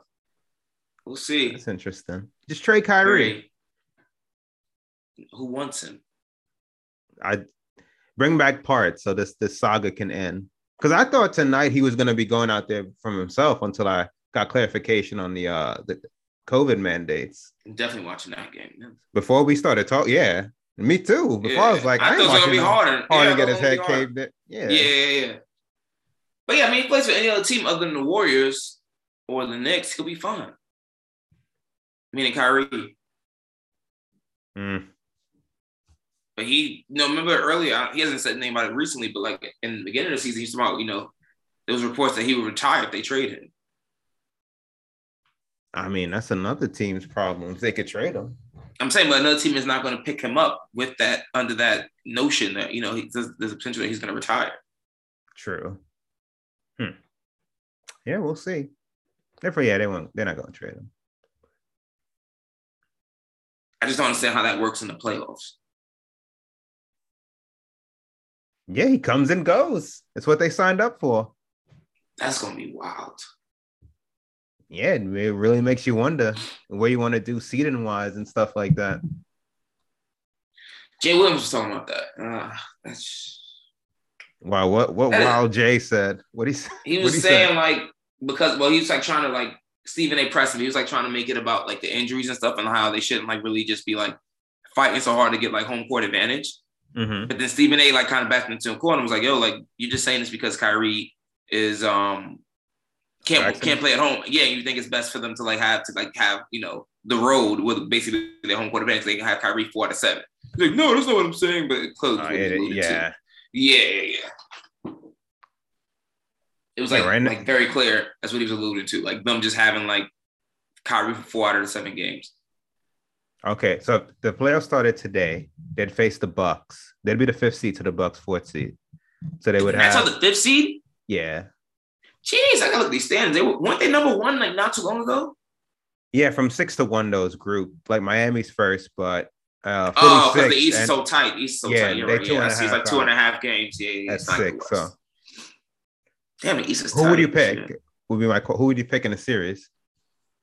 Speaker 3: We'll
Speaker 4: the.
Speaker 3: see.
Speaker 4: That's interesting. Just trade Kyrie.
Speaker 3: Who wants him?
Speaker 4: I bring back parts so this this saga can end. Because I thought tonight he was gonna be going out there from himself until I got clarification on the uh the COVID mandates.
Speaker 3: I'm definitely watching that game. man.
Speaker 4: Before we started talk, yeah, me too. Before I was
Speaker 3: Yeah.
Speaker 4: like,
Speaker 3: I,
Speaker 4: I,
Speaker 3: thought it
Speaker 4: ain't
Speaker 3: was gonna
Speaker 4: watching
Speaker 3: be
Speaker 4: hard,
Speaker 3: harder.
Speaker 4: hard
Speaker 3: Yeah,
Speaker 4: to get
Speaker 3: I
Speaker 4: his
Speaker 3: thought it
Speaker 4: head
Speaker 3: was gonna be
Speaker 4: caved in. Yeah,
Speaker 3: hard. Yeah. yeah, yeah, But yeah, I mean, if he plays for any other team other than the Warriors or the Knicks, he'll be fine. Meaning Kyrie.
Speaker 4: Mm.
Speaker 3: But he, you know, remember earlier, I- he hasn't said anything about it recently, but like in the beginning of the season, he was about, you know, there was reports that he would retire if they trade him.
Speaker 4: I mean that's another team's problems. They could trade him.
Speaker 3: I'm saying, but another team is not going to pick him up with that under that notion that you know he, there's, there's a potential that he's going to retire.
Speaker 4: True. Hmm. Yeah, we'll see. Therefore, yeah, they won't. They're not gonna trade him.
Speaker 3: I just don't understand how that works in the playoffs.
Speaker 4: Yeah, he comes and goes. It's what they signed up for.
Speaker 3: That's going to be wild.
Speaker 4: yeah, it re- really makes you wonder where you want to do seating wise and stuff like that.
Speaker 3: Jay Williams was talking about that. Uh, that's,
Speaker 4: Wow, what what
Speaker 3: Hey.
Speaker 4: Wild Jay said? What he said?
Speaker 3: he
Speaker 4: What'd
Speaker 3: was
Speaker 4: he
Speaker 3: saying
Speaker 4: say?
Speaker 3: like because well he was like trying to like Stephen A. Preston he was like trying to make it about like the injuries and stuff and how they shouldn't like really just be like fighting so hard to get like home court advantage.
Speaker 4: Mm-hmm.
Speaker 3: But then Stephen A. like kind of backed into a corner and was like, "Yo, like you're just saying this because Kyrie is um can't
Speaker 4: Jackson?
Speaker 3: can't play at home. Yeah, you think it's best for them to like have to like have you know the road with basically their home quarterback. They can have Kyrie four out of seven. He's like, no, that's not what I'm saying. But it closed. what he alluded to.
Speaker 4: Oh, yeah,
Speaker 3: yeah, yeah, yeah. It was
Speaker 4: Yeah,
Speaker 3: like
Speaker 4: right now-
Speaker 3: like very clear. That's what he was alluding to. Like them just having like Kyrie for four out of the seven games.
Speaker 4: okay. So if the playoffs started today. They'd face the Bucks. They'd be the fifth seed to the Bucks, fourth seed. So they would
Speaker 3: That's
Speaker 4: have,
Speaker 3: how the fifth seed.
Speaker 4: yeah,
Speaker 3: Jeez, I gotta look at these standings. They were, weren't they number one like not too long ago.
Speaker 4: yeah, from six to one. Those group like Miami's first, but uh,
Speaker 3: Oh, because
Speaker 4: 46
Speaker 3: the East is
Speaker 4: and-
Speaker 3: so tight. East is so
Speaker 4: Yeah,
Speaker 3: tight. You're
Speaker 4: they
Speaker 3: right.
Speaker 4: two
Speaker 3: Yeah,
Speaker 4: and a
Speaker 3: I see it's
Speaker 4: half
Speaker 3: like two and a
Speaker 4: out.
Speaker 3: half games. Yeah, yeah.
Speaker 4: At
Speaker 3: it's not the
Speaker 4: six,
Speaker 3: West. damn it, East is
Speaker 4: who
Speaker 3: tight.
Speaker 4: would you pick?
Speaker 3: Shit.
Speaker 4: Would be my qu- who would you pick in the series?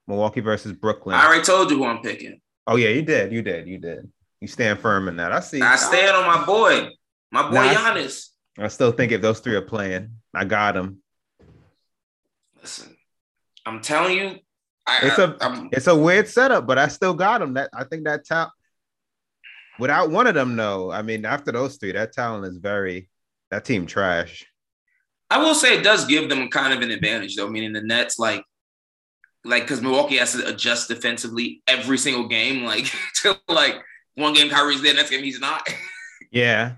Speaker 4: Milwaukee versus Brooklyn.
Speaker 3: I already told you who I'm picking.
Speaker 4: Oh yeah, you did. You did. You did. You stand firm in that. I see.
Speaker 3: I stand on my boy, my boy
Speaker 4: Nah, I-
Speaker 3: Giannis.
Speaker 4: I still think if those three are playing, I got them.
Speaker 3: Listen, I'm telling you, I,
Speaker 4: It's
Speaker 3: I-
Speaker 4: a-
Speaker 3: I'm-
Speaker 4: It's a weird setup, but I still got them. That I think that talent. Without one of them, no. I mean, after those three, that talent is very. That team trash.
Speaker 3: I will say it does give them kind of an advantage though. Meaning the Nets, like, like because Milwaukee has to adjust defensively every single game. Like, to like one game Kyrie's there, next game he's not.
Speaker 4: Yeah.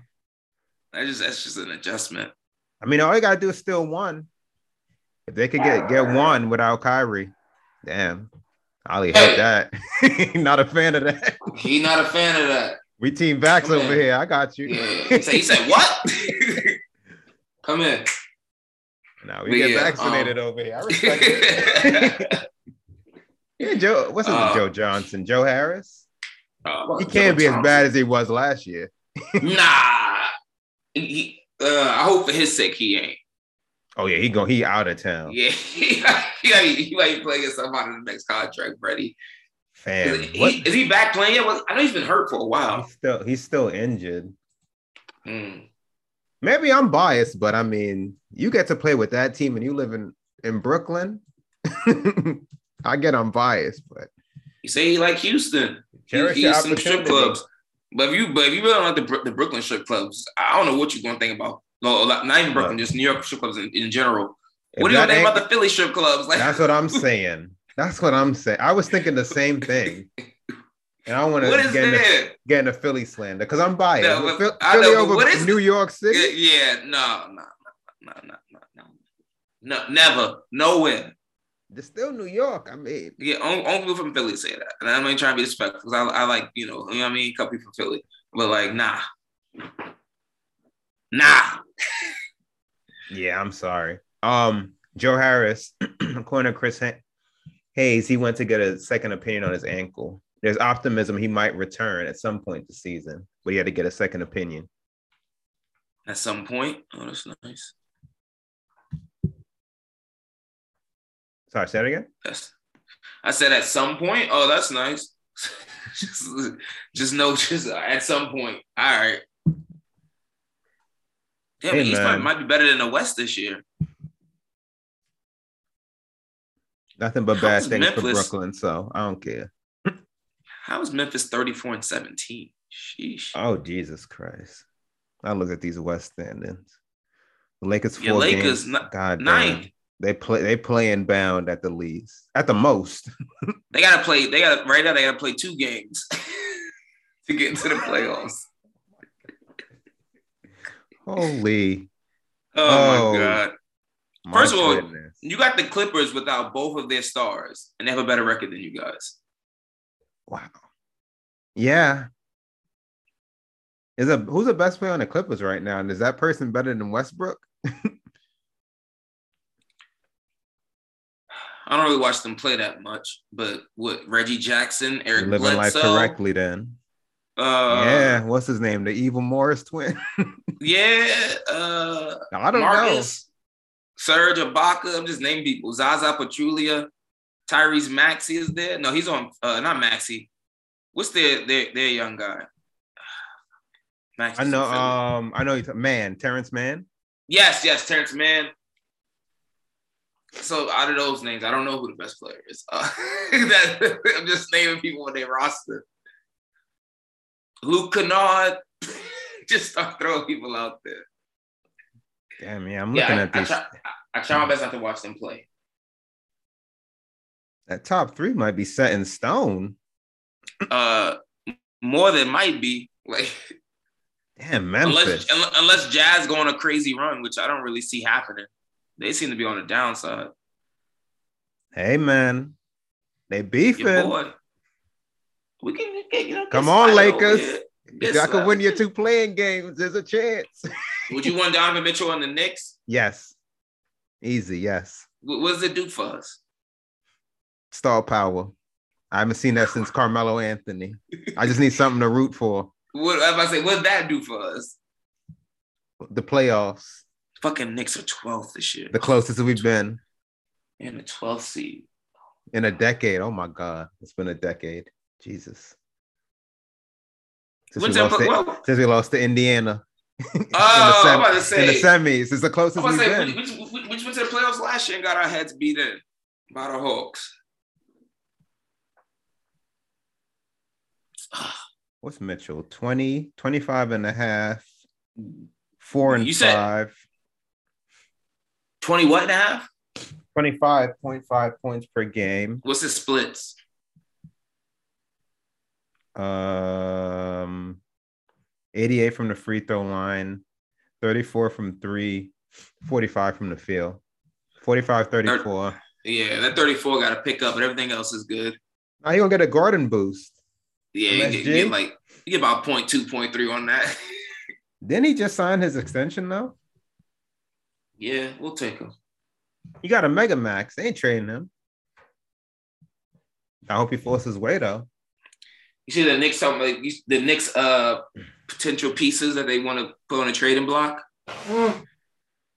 Speaker 3: That's just that's just an adjustment.
Speaker 4: I mean, all you gotta do is still one. If they could get get one without Kyrie, damn, Ollie hate that. Not a fan of that.
Speaker 3: He's not a fan of that.
Speaker 4: We team backs
Speaker 3: Come
Speaker 4: over
Speaker 3: in.
Speaker 4: here. I got you.
Speaker 3: Yeah. He said, he said what? Come in.
Speaker 4: Now we
Speaker 3: But
Speaker 4: get
Speaker 3: yeah, um,
Speaker 4: vaccinated over here. I respect it.
Speaker 3: Uh,
Speaker 4: yeah, Joe. What's his
Speaker 3: Uh,
Speaker 4: Joe Johnson? Joe Harris. He
Speaker 3: well,
Speaker 4: can't be as
Speaker 3: Thompson.
Speaker 4: bad as he was last year.
Speaker 3: Nah. He- he- uh, I hope for his sake he ain't.
Speaker 4: Oh yeah, he go he out of town.
Speaker 3: Yeah, he might, he might play against somebody in the next contract, Freddie.
Speaker 4: Fam,
Speaker 3: Is, he-
Speaker 4: what?
Speaker 3: is he back playing? yet? Well, I know he's been hurt for a while.
Speaker 4: He's still he's still injured.
Speaker 3: Mm.
Speaker 4: Maybe I'm biased, but I mean, you get to play with that team and you live in in Brooklyn. I get I'm biased, but
Speaker 3: You say he like Houston. He-
Speaker 4: Cherish
Speaker 3: He,
Speaker 4: your
Speaker 3: some strip
Speaker 4: opportunity.
Speaker 3: clubs. But if you but if you really don't like the, Bro- the Brooklyn strip clubs, I don't know what you're gonna think about. No, like, not even Brooklyn, just New York strip clubs in, in general.
Speaker 4: If
Speaker 3: what do you
Speaker 4: that
Speaker 3: think about
Speaker 4: ain't-
Speaker 3: the Philly strip clubs? Like
Speaker 4: That's what I'm saying. That's what I'm saying. I was thinking the same thing. And I want to
Speaker 3: what is
Speaker 4: get, into-
Speaker 3: that?
Speaker 4: get into Philly slander because I'm biased.
Speaker 3: No, but-
Speaker 4: Phil-
Speaker 3: I know,
Speaker 4: Philly
Speaker 3: but
Speaker 4: over
Speaker 3: what is
Speaker 4: New
Speaker 3: the-
Speaker 4: York City.
Speaker 3: Yeah, yeah, no, no, no, no, no, no, no, never, nowhere.
Speaker 4: It's still New York. I mean,
Speaker 3: Yeah, only, only people from Philly say that, and I'm not even trying to be respectful because I, I like you know, you know what I mean, a couple people from Philly, but like nah, nah.
Speaker 4: yeah, I'm sorry. Um, Joe Harris, according to Chris Ha- Hayes, he went to get a second opinion on his ankle. There's optimism he might return at some point this season, but he had to get a second opinion.
Speaker 3: At some point, oh, that's nice.
Speaker 4: Sorry, say that again.
Speaker 3: That's. I said at some point. Oh, that's nice. just, just know, just at some point. All right. Damn,
Speaker 4: Hey,
Speaker 3: the East
Speaker 4: man.
Speaker 3: might, might be better than the West this year.
Speaker 4: Nothing but
Speaker 3: How
Speaker 4: bad
Speaker 3: is
Speaker 4: things for
Speaker 3: Memphis-
Speaker 4: Brooklyn, so I don't care.
Speaker 3: How is Memphis 34 and 17? Sheesh.
Speaker 4: Oh Jesus Christ! I look at these West standings. The Lakers
Speaker 3: Yeah,
Speaker 4: four
Speaker 3: Lakers
Speaker 4: games.
Speaker 3: ni-
Speaker 4: God damn.
Speaker 3: Ninth.
Speaker 4: They play. They playing bound at the least, at the most.
Speaker 3: They gotta play, they gotta right now they gotta play two games to get into the playoffs.
Speaker 4: Holy!
Speaker 3: Oh,
Speaker 4: Oh.
Speaker 3: my god.
Speaker 4: my
Speaker 3: First of all,
Speaker 4: goodness.
Speaker 3: You got the Clippers without both of their stars, and they have a better record than you guys.
Speaker 4: wow. Yeah. Is a who's the best player on the Clippers right now, and is that person better than Westbrook?
Speaker 3: I don't really watch them play that much, but what Reggie Jackson, Eric
Speaker 4: You're living life
Speaker 3: Bledsoe,
Speaker 4: correctly, then.
Speaker 3: uh,
Speaker 4: yeah. What's his name? The evil Morris twin.
Speaker 3: yeah, uh,
Speaker 4: I don't
Speaker 3: Marcus, Serge Ibaka. I'm just naming people. Zaza Pachulia, Tyrese Maxey is there. No, he's on. Uh, not Maxey. What's their their their young guy? Maxey's
Speaker 4: know. I
Speaker 3: in
Speaker 4: know.
Speaker 3: Philly.
Speaker 4: Um. I know. You're man, Terrence Mann.
Speaker 3: yes, yes, Terrence Mann. So out of those names, I don't know who the best player is. Uh, that, I'm just naming people on their roster. Luke Kennard. just start throwing people out there.
Speaker 4: Damn. Yeah. I'm
Speaker 3: yeah,
Speaker 4: looking
Speaker 3: I,
Speaker 4: at
Speaker 3: I
Speaker 4: these.
Speaker 3: try, I, I try my best not to watch them play.
Speaker 4: that top three might be set in stone.
Speaker 3: uh more than might be like
Speaker 4: Damn,
Speaker 3: unless
Speaker 4: Memphis.
Speaker 3: unle- unless Jazz go on a crazy run, which I don't really see happening. They seem to be on the downside.
Speaker 4: hey, man. They
Speaker 3: Your
Speaker 4: beefing.
Speaker 3: boy, we can get, you know. get
Speaker 4: Come on,
Speaker 3: Slider over
Speaker 4: Lakers.
Speaker 3: here.
Speaker 4: If
Speaker 3: Get
Speaker 4: y'all can
Speaker 3: Slider.
Speaker 4: win your two playing games, there's a chance.
Speaker 3: Would you want Donovan Mitchell on the Knicks?
Speaker 4: yes. Easy. Yes.
Speaker 3: What, what does it do for us?
Speaker 4: Star power. I haven't seen that since Carmelo Anthony. I just need something to root for.
Speaker 3: What if I say? What would that do for us?
Speaker 4: The playoffs,
Speaker 3: Fucking Knicks are 12th this year.
Speaker 4: the closest we've been
Speaker 3: in the 12th seed.
Speaker 4: in a decade. Oh my God. It's been a decade. Jesus. Since,
Speaker 3: When's
Speaker 4: we
Speaker 3: that
Speaker 4: lost,
Speaker 3: put-
Speaker 4: to,
Speaker 3: well,
Speaker 4: since we lost to Indiana.
Speaker 3: Oh,
Speaker 4: in,
Speaker 3: I'm
Speaker 4: the
Speaker 3: about to
Speaker 4: sem- in the
Speaker 3: say.
Speaker 4: semis. It's the
Speaker 3: I
Speaker 4: closest
Speaker 3: was
Speaker 4: we've
Speaker 3: gonna
Speaker 4: been.
Speaker 3: say, we, we, we, we went to the playoffs last year and got our heads beat in by the Hawks.
Speaker 4: what's Mitchell? 20, 25 and a half, four and
Speaker 3: You said-
Speaker 4: five,
Speaker 3: 20 what and a half?
Speaker 4: 25.5 points per game.
Speaker 3: What's his splits?
Speaker 4: Um, 88 from the free throw line, 34 from three, 45 from the field, 45 34.
Speaker 3: Yeah, that 34 got to pick up, but everything else is good.
Speaker 4: Now you're gonna get a Gordon boost.
Speaker 3: Yeah, you get, you
Speaker 4: MSG?
Speaker 3: get like you get about 0.2, 0.3 on that.
Speaker 4: Didn't he just sign his extension though?
Speaker 3: yeah, we'll take him.
Speaker 4: You got a mega max, they ain't trading him. I hope he forces his way though.
Speaker 3: You see the Knicks talking like you, the Knicks uh potential pieces that they want to put on a trading block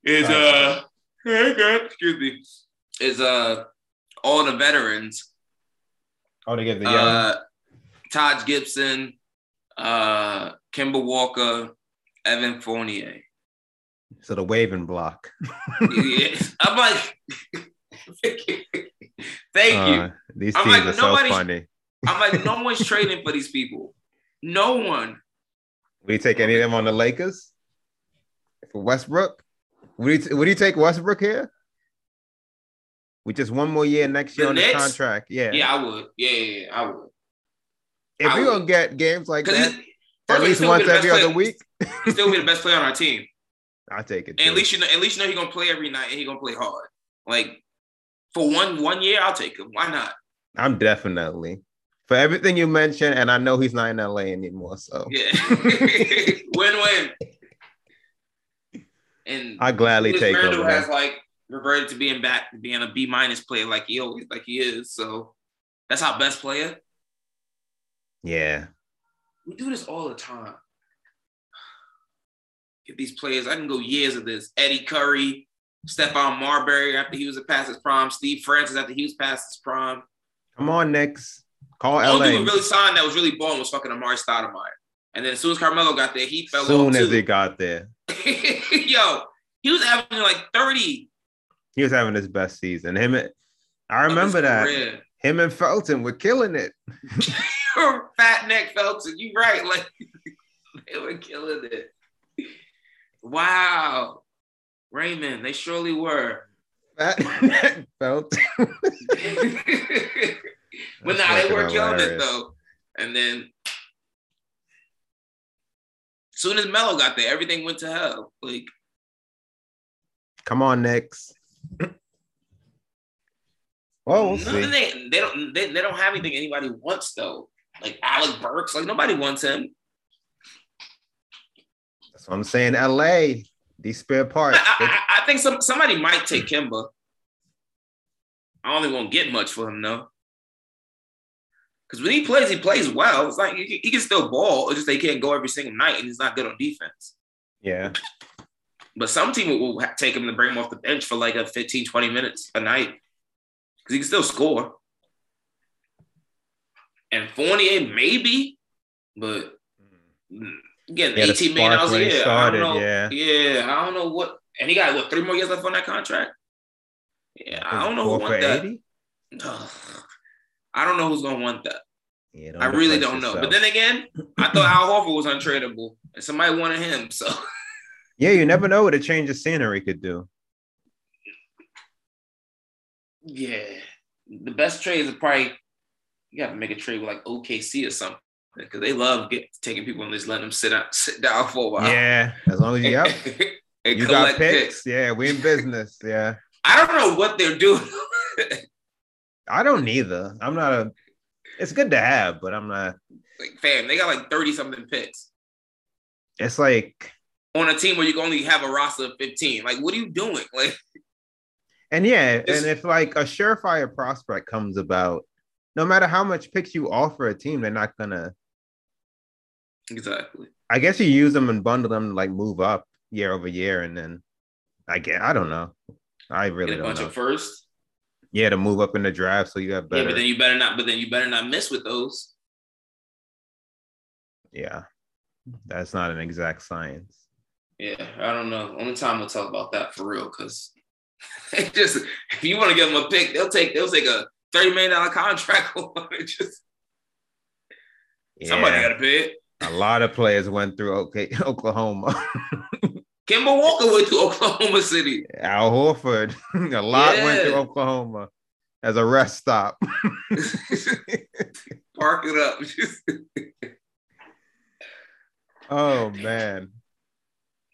Speaker 3: is uh excuse me, is uh all the veterans.
Speaker 4: Oh, to give the young.
Speaker 3: Uh, Taj Gibson, uh, Kimber Walker, Evan Fournier.
Speaker 4: so the waving block.
Speaker 3: Yeah, I'm like, thank you.
Speaker 4: Uh, these
Speaker 3: I'm
Speaker 4: teams
Speaker 3: like,
Speaker 4: are so
Speaker 3: nobody's-
Speaker 4: funny.
Speaker 3: I'm like, no one's trading for these people. No one.
Speaker 4: Would you take any of them on the Lakers? For Westbrook? Would you, would you take Westbrook here? With just one more year next
Speaker 3: The
Speaker 4: year on his
Speaker 3: Knicks?
Speaker 4: contract. Yeah.
Speaker 3: Yeah, I would. Yeah, yeah, yeah, I would.
Speaker 4: if
Speaker 3: I
Speaker 4: we're
Speaker 3: would.
Speaker 4: going to get games like
Speaker 3: Because
Speaker 4: that at least once every other week,
Speaker 3: He's still be the best player on our team.
Speaker 4: I'll take it.
Speaker 3: And at
Speaker 4: too.
Speaker 3: least you know, at least you know he's gonna play every night and he's gonna play hard. Like for one one year, I'll take him. Why not?
Speaker 4: I'm definitely. For everything you mentioned, and I know he's not in LA anymore, so
Speaker 3: Yeah. win win. And
Speaker 4: I gladly
Speaker 3: Julius
Speaker 4: take
Speaker 3: Randle
Speaker 4: him.
Speaker 3: has like reverted to being back to being a B minus player like he always like he is. So that's our best player.
Speaker 4: Yeah,
Speaker 3: We do this all the time. Get these players. I can go years of this. Eddie Curry, Stephon Marbury after he was past his prime, Steve Francis after he was past his prime.
Speaker 4: come on, Knicks. Call
Speaker 3: The only
Speaker 4: LA.
Speaker 3: dude who really signed that was really balling was fucking Amari Stoudemire. And then as soon as Carmelo got there, he fell
Speaker 4: Soon
Speaker 3: off
Speaker 4: as he
Speaker 3: too.
Speaker 4: got there,
Speaker 3: Yo, he was averaging like 30.
Speaker 4: he was having his best season. Him, and, I
Speaker 3: of his
Speaker 4: remember that.
Speaker 3: career.
Speaker 4: Him and Felton were killing it.
Speaker 3: Fat neck Felton, you right. Like they were killing it. Wow. Raymond, they surely were.
Speaker 4: Fat Felton.
Speaker 3: but nah, they
Speaker 4: fucking
Speaker 3: were killing it
Speaker 4: hilarious.
Speaker 3: though. And then soon as Melo got there, everything went to hell. Like
Speaker 4: Come on, Knicks. Well, Oh, we'll
Speaker 3: None
Speaker 4: see.
Speaker 3: of They, they don't they, they don't have anything anybody wants though. Like Alec Burks, like nobody wants him.
Speaker 4: That's what I'm saying. LA, these spare
Speaker 3: I,
Speaker 4: parts.
Speaker 3: I- I- I think some somebody might take Kimba. I only won't get much for him though. Because when he plays, he plays well. It's like he, can- he can still ball. It's just they can't go every single night, and he's not good on defense.
Speaker 4: yeah,
Speaker 3: But some team will ha- take him to bring him off the bench for like a 15, 20 minutes a night because he can still score. And Fournier, maybe, but Mm. getting
Speaker 4: He had a
Speaker 3: 18 million
Speaker 4: spark
Speaker 3: dollars a
Speaker 4: when he
Speaker 3: year.
Speaker 4: started,
Speaker 3: I don't know.
Speaker 4: yeah.
Speaker 3: Yeah. I don't know what. And he got what three more years left on that contract. Yeah, I don't know who
Speaker 4: Four for
Speaker 3: want that.
Speaker 4: 80?
Speaker 3: Ugh. I don't know who's gonna want that.
Speaker 4: Yeah,
Speaker 3: I really
Speaker 4: replace
Speaker 3: don't know. But
Speaker 4: yourself.
Speaker 3: then again, I thought Al Horford was untradeable, and somebody wanted him. So
Speaker 4: Yeah, you never know what a change of scenery could do.
Speaker 3: yeah, the best trades are probably you got to make a trade with like OKC or something because they love get, taking people and just letting them sit out, sit down for a while.
Speaker 4: Yeah, as long as you yep.
Speaker 3: and
Speaker 4: you got
Speaker 3: collect
Speaker 4: picks. Yeah, we in business. Yeah,
Speaker 3: I don't know what they're doing.
Speaker 4: I don't either. I'm not a. It's good to have, but I'm not.
Speaker 3: like, fam, they got like 30 something picks
Speaker 4: It's like,
Speaker 3: on a team where you can only have a roster of 15. Like, what are you doing? Like,
Speaker 4: and yeah,
Speaker 3: It's-
Speaker 4: and if like a surefire prospect comes about, no matter how much picks you offer a team, they're not gonna.
Speaker 3: exactly.
Speaker 4: I guess you use them and bundle them to like move up year over year, and then I get. I don't know. I really
Speaker 3: Get a
Speaker 4: don't
Speaker 3: bunch
Speaker 4: know.
Speaker 3: of first.
Speaker 4: yeah, to move up in the draft, so you have
Speaker 3: Yeah,
Speaker 4: better.
Speaker 3: but then you better not, but then you better not miss with those.
Speaker 4: yeah, that's not an exact science.
Speaker 3: Yeah, I don't know. Only time we'll talk about that for real, because just if you want to give them a pick, they'll take they'll take a $30 million contract on it. Just somebody
Speaker 4: Yeah.
Speaker 3: gotta pay it.
Speaker 4: A lot of players went through OK Oklahoma.
Speaker 3: Kimber Walker went to Oklahoma City.
Speaker 4: Al Horford, a lot went through
Speaker 3: Yeah.
Speaker 4: Oklahoma as a rest stop.
Speaker 3: Park it up. Just
Speaker 4: Oh man,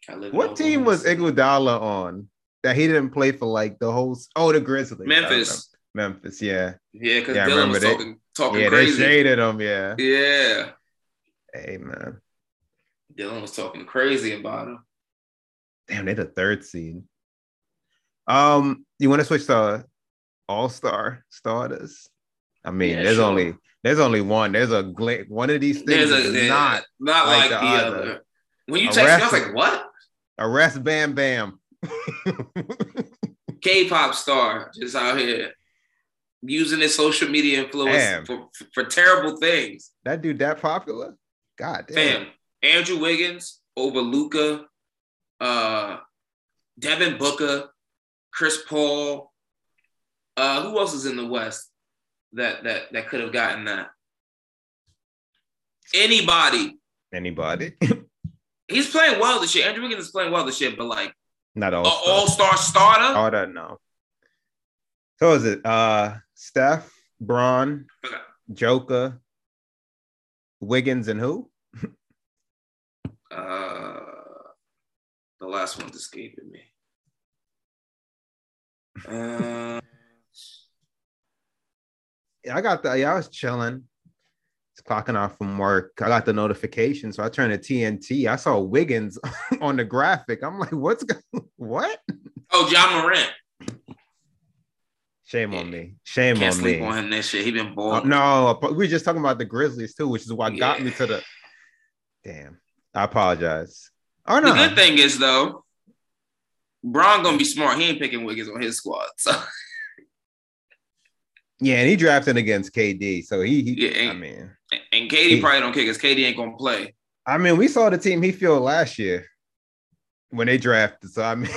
Speaker 3: I live in
Speaker 4: what team
Speaker 3: Oklahoma
Speaker 4: was
Speaker 3: City.
Speaker 4: Iguodala on that he didn't play for like the whole? Oh, the Grizzlies.
Speaker 3: Memphis?
Speaker 4: Memphis, yeah,
Speaker 3: Yeah, because
Speaker 4: Yeah, I
Speaker 3: Dylan
Speaker 4: remember
Speaker 3: was
Speaker 4: they-
Speaker 3: talking, talking
Speaker 4: yeah, they
Speaker 3: crazy.
Speaker 4: shaded him. Yeah,
Speaker 3: Yeah.
Speaker 4: hey man,
Speaker 3: Dylan was talking crazy about him.
Speaker 4: damn, they the third seed. Um, you want to switch to All Star starters? I mean,
Speaker 3: Yeah,
Speaker 4: there's
Speaker 3: sure.
Speaker 4: only there's only one. There's a gla- one of these things
Speaker 3: There's a
Speaker 4: is
Speaker 3: there's
Speaker 4: not
Speaker 3: not like,
Speaker 4: like the
Speaker 3: the,
Speaker 4: other.
Speaker 3: other. When you
Speaker 4: A
Speaker 3: text me, I was
Speaker 4: wrestler.
Speaker 3: like, what?
Speaker 4: arrest Bam Bam.
Speaker 3: K-pop star just out here using his social media
Speaker 4: Damn.
Speaker 3: influence for, for terrible things.
Speaker 4: That dude that popular? God damn.
Speaker 3: Fam, Andrew Wiggins over Luca, uh, Devin Booker, Chris Paul. Uh, who else is in the West that that that could have gotten that? Anybody.
Speaker 4: Anybody?
Speaker 3: He's playing well this year. Andrew Wiggins is playing well this year, but like
Speaker 4: Not
Speaker 3: an
Speaker 4: all.
Speaker 3: All Star starter.
Speaker 4: All that no. So is it uh Steph, Braun,
Speaker 3: Okay.
Speaker 4: Joker, Wiggins, and who?
Speaker 3: Uh, the last one's escaping me. Uh,
Speaker 4: I got the yeah, I was chilling. It's clocking off from work. I got the notification, so I turned to TNT. I saw Wiggins on the graphic. I'm like, what's going what?
Speaker 3: oh, John Morant.
Speaker 4: Shame on me. Shame
Speaker 3: Can't
Speaker 4: on
Speaker 3: sleep
Speaker 4: me.
Speaker 3: on him this year. He been
Speaker 4: Uh,
Speaker 3: balling.
Speaker 4: no, but we were just talking about the Grizzlies too, which is what got
Speaker 3: Yeah.
Speaker 4: me to the damn. I apologize. Oh
Speaker 3: The
Speaker 4: no.
Speaker 3: good thing is though, Braun gonna be smart. He ain't picking Wiggins on his squad. So
Speaker 4: Yeah, and he drafted against KD, so he, he
Speaker 3: Yeah,
Speaker 4: I
Speaker 3: and-
Speaker 4: mean,
Speaker 3: and Katie
Speaker 4: He-
Speaker 3: probably don't kick because Katie ain't gonna play.
Speaker 4: I mean, we saw the team he filled last year when they drafted. So I mean,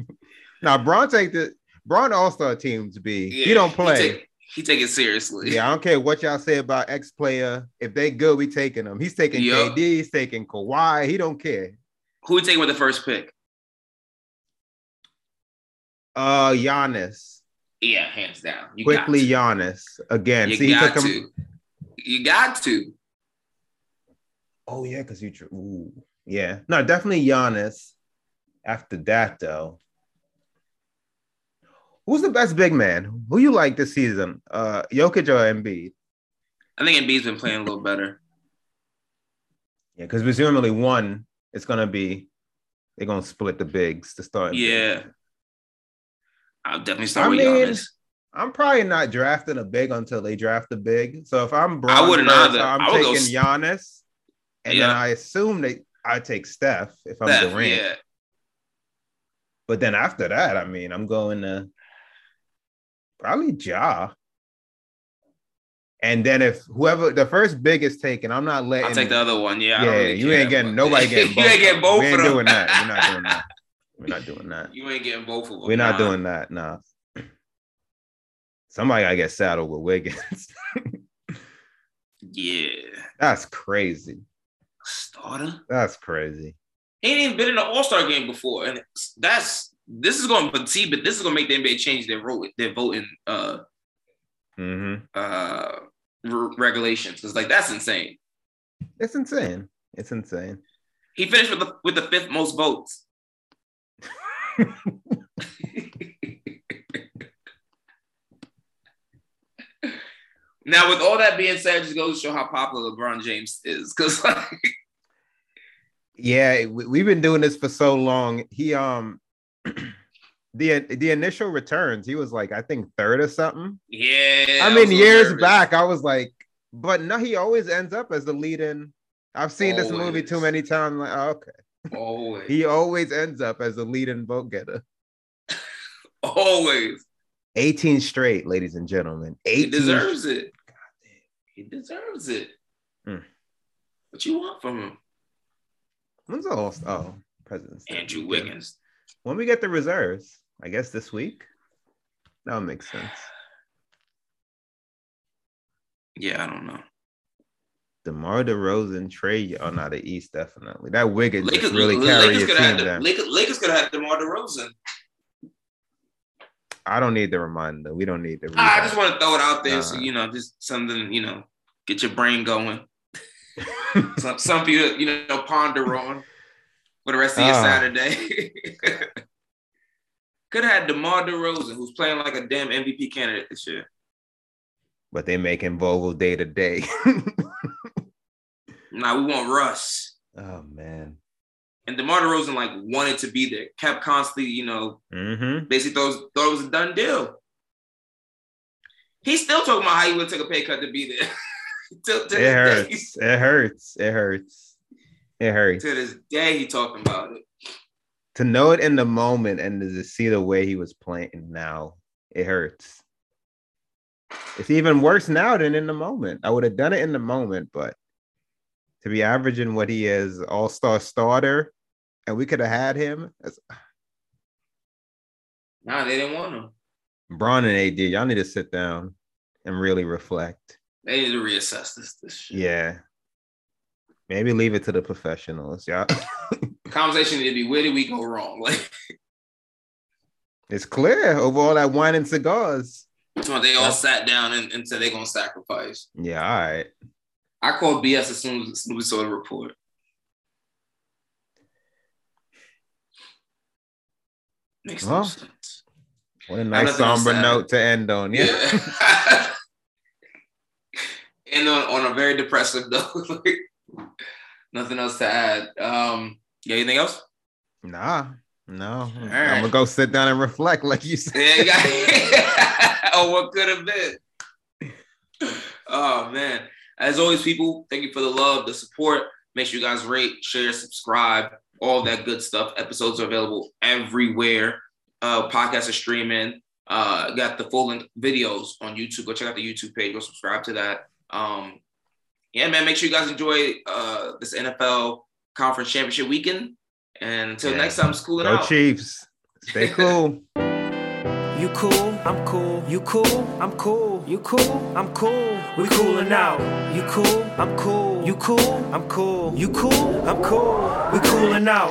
Speaker 4: now Braun take the Braun All Star team to be.
Speaker 3: Yeah,
Speaker 4: he don't
Speaker 3: He
Speaker 4: play.
Speaker 3: take, he take it seriously.
Speaker 4: yeah, I don't care what y'all say about ex player. If they good, we taking them. He's taking
Speaker 3: Yup.
Speaker 4: KD. He's taking Kawhi. He don't care.
Speaker 3: Who we taking with the first pick?
Speaker 4: Uh, Giannis
Speaker 3: Yeah, hands down. You
Speaker 4: quickly.
Speaker 3: got
Speaker 4: Giannis
Speaker 3: to.
Speaker 4: again.
Speaker 3: You
Speaker 4: See, he
Speaker 3: got
Speaker 4: took
Speaker 3: to.
Speaker 4: him.
Speaker 3: You got to.
Speaker 4: Oh yeah, because you. drew- Ooh, yeah. No, definitely Giannis. After that, though, who's the best big man? Who you like this season? Uh, Jokic or Embiid?
Speaker 3: I think Embiid's been playing a little better.
Speaker 4: Yeah, because presumably one it's gonna be they're gonna split the bigs to start.
Speaker 3: Yeah. I'll definitely start
Speaker 4: I
Speaker 3: with
Speaker 4: mean,
Speaker 3: Giannis.
Speaker 4: I'm probably not drafting a big until they draft a big. So if I'm Bron,
Speaker 3: I wouldn't either.
Speaker 4: I'm
Speaker 3: I would go s-
Speaker 4: taking Giannis, and
Speaker 3: Yeah.
Speaker 4: then I assume they I take Steph if I'm
Speaker 3: Steph,
Speaker 4: Durant.
Speaker 3: yeah.
Speaker 4: But then after that, I mean, I'm going to probably Ja. And then if whoever the first big is taken, I'm not letting.
Speaker 3: I'll take the other one. Yeah. I
Speaker 4: yeah,
Speaker 3: don't really
Speaker 4: you
Speaker 3: care.
Speaker 4: ain't getting nobody getting.
Speaker 3: you ain't getting both
Speaker 4: We ain't
Speaker 3: of them.
Speaker 4: doing that. We're not doing that. We're not doing that.
Speaker 3: You ain't getting both of them.
Speaker 4: We're not
Speaker 3: Nah.
Speaker 4: doing that. Nah. Somebody gotta get saddled with Wiggins.
Speaker 3: Yeah.
Speaker 4: That's crazy.
Speaker 3: Starter?
Speaker 4: That's crazy.
Speaker 3: He ain't even been in an All Star game before, and that's this is going to see, but this is going to make the NBA change their role, their voting uh
Speaker 4: hmm
Speaker 3: uh re- regulations. It's like that's insane.
Speaker 4: It's insane. It's insane.
Speaker 3: He finished with the with the fifth most votes. now, with all that being said, it just goes to show how popular LeBron James is, because like,
Speaker 4: Yeah, we, we've been doing this for so long. He um the the initial returns, he was like I think third or something.
Speaker 3: yeah,
Speaker 4: I
Speaker 3: was
Speaker 4: mean,
Speaker 3: so
Speaker 4: years
Speaker 3: nervous.
Speaker 4: back, I was like, but no, he always ends up as the lead in. I've seen this movie
Speaker 3: Always.
Speaker 4: too many times. Like, oh, okay,
Speaker 3: always,
Speaker 4: he always ends up as the lead in vote getter.
Speaker 3: always.
Speaker 4: 18 straight, ladies and gentlemen. 18
Speaker 3: He deserves it. He deserves it.
Speaker 4: Mm.
Speaker 3: What you want from him?
Speaker 4: When's the all oh President's Day.
Speaker 3: Andrew
Speaker 4: Yeah.
Speaker 3: Wiggins.
Speaker 4: When we get the reserves, I guess this week. That would make sense.
Speaker 3: Yeah, I don't know.
Speaker 4: DeMar DeRozan, Trey, Young- oh no, the East definitely. That Wiggins
Speaker 3: Lakers
Speaker 4: just really carry
Speaker 3: Lakers
Speaker 4: your
Speaker 3: could have
Speaker 4: team
Speaker 3: had
Speaker 4: down.
Speaker 3: Lakers, Lakers could have had DeMar DeRozan.
Speaker 4: I don't need the reminder. We don't need the.
Speaker 3: Ah, I just
Speaker 4: rehab.
Speaker 3: want to throw it out there, so
Speaker 4: Nah.
Speaker 3: you know, just something you know, get your brain going. some some people you know ponder on for the rest of your
Speaker 4: Ah.
Speaker 3: Saturday. could have had DeMar DeRozan, who's playing like a damn MVP candidate this year.
Speaker 4: but they making Vogel day to day.
Speaker 3: Now we want Russ.
Speaker 4: Oh man.
Speaker 3: And DeMar DeRozan like wanted to be there, kept constantly, you know,
Speaker 4: Mm-hmm.
Speaker 3: basically thought, thought it was a done deal. He's still talking about how he would take a pay cut to be there. to, to, this day,
Speaker 4: It hurts. It hurts. It hurts. It hurts.
Speaker 3: to this day, he talking about it.
Speaker 4: to know it in the moment and to see the way he was playing now, it hurts. It's even worse now than in the moment. I would have done it in the moment, but to be averaging what he is, all star starter, and we could have had him. That's,
Speaker 3: Nah, they didn't want him.
Speaker 4: Braun and AD, y'all need to sit down and really reflect.
Speaker 3: They need to reassess this, this shit.
Speaker 4: Yeah. Maybe leave it to the professionals. Y'all.
Speaker 3: The conversation need to be where did we go wrong? Like
Speaker 4: it's clear over all that wine and cigars.
Speaker 3: so they all sat down and, and said they're gonna sacrifice.
Speaker 4: Yeah, all right.
Speaker 3: I called BS as soon as we saw the report. Makes no
Speaker 4: Well,
Speaker 3: sense.
Speaker 4: What a nice
Speaker 3: nothing else
Speaker 4: somber
Speaker 3: to add.
Speaker 4: note to end on. Yeah.
Speaker 3: Yeah. and on, on a very depressive note, like, nothing else to add. Um, you got anything else?
Speaker 4: Nah. No. I'm
Speaker 3: right.
Speaker 4: gonna go sit down and reflect, like you said.
Speaker 3: Yeah, you got- oh, what could have been? Oh man! As always, people, thank you for the love, the support. Make sure you guys rate, share, subscribe, all that good stuff. Episodes are available everywhere. Uh, podcasts are streaming. Uh, got the full length videos on YouTube. Go check out the YouTube page. Go subscribe to that. Um, yeah, man. Make sure you guys enjoy uh, this NFL conference championship weekend. And until
Speaker 4: Yeah.
Speaker 3: next time, schooling
Speaker 4: Go
Speaker 3: out.
Speaker 4: Chiefs. Stay cool.
Speaker 2: You cool, I'm cool. You cool, I'm cool. You cool, I'm cool. We coolin' out. You cool, I'm cool. You cool, I'm cool. You cool, I'm cool. We coolin' out.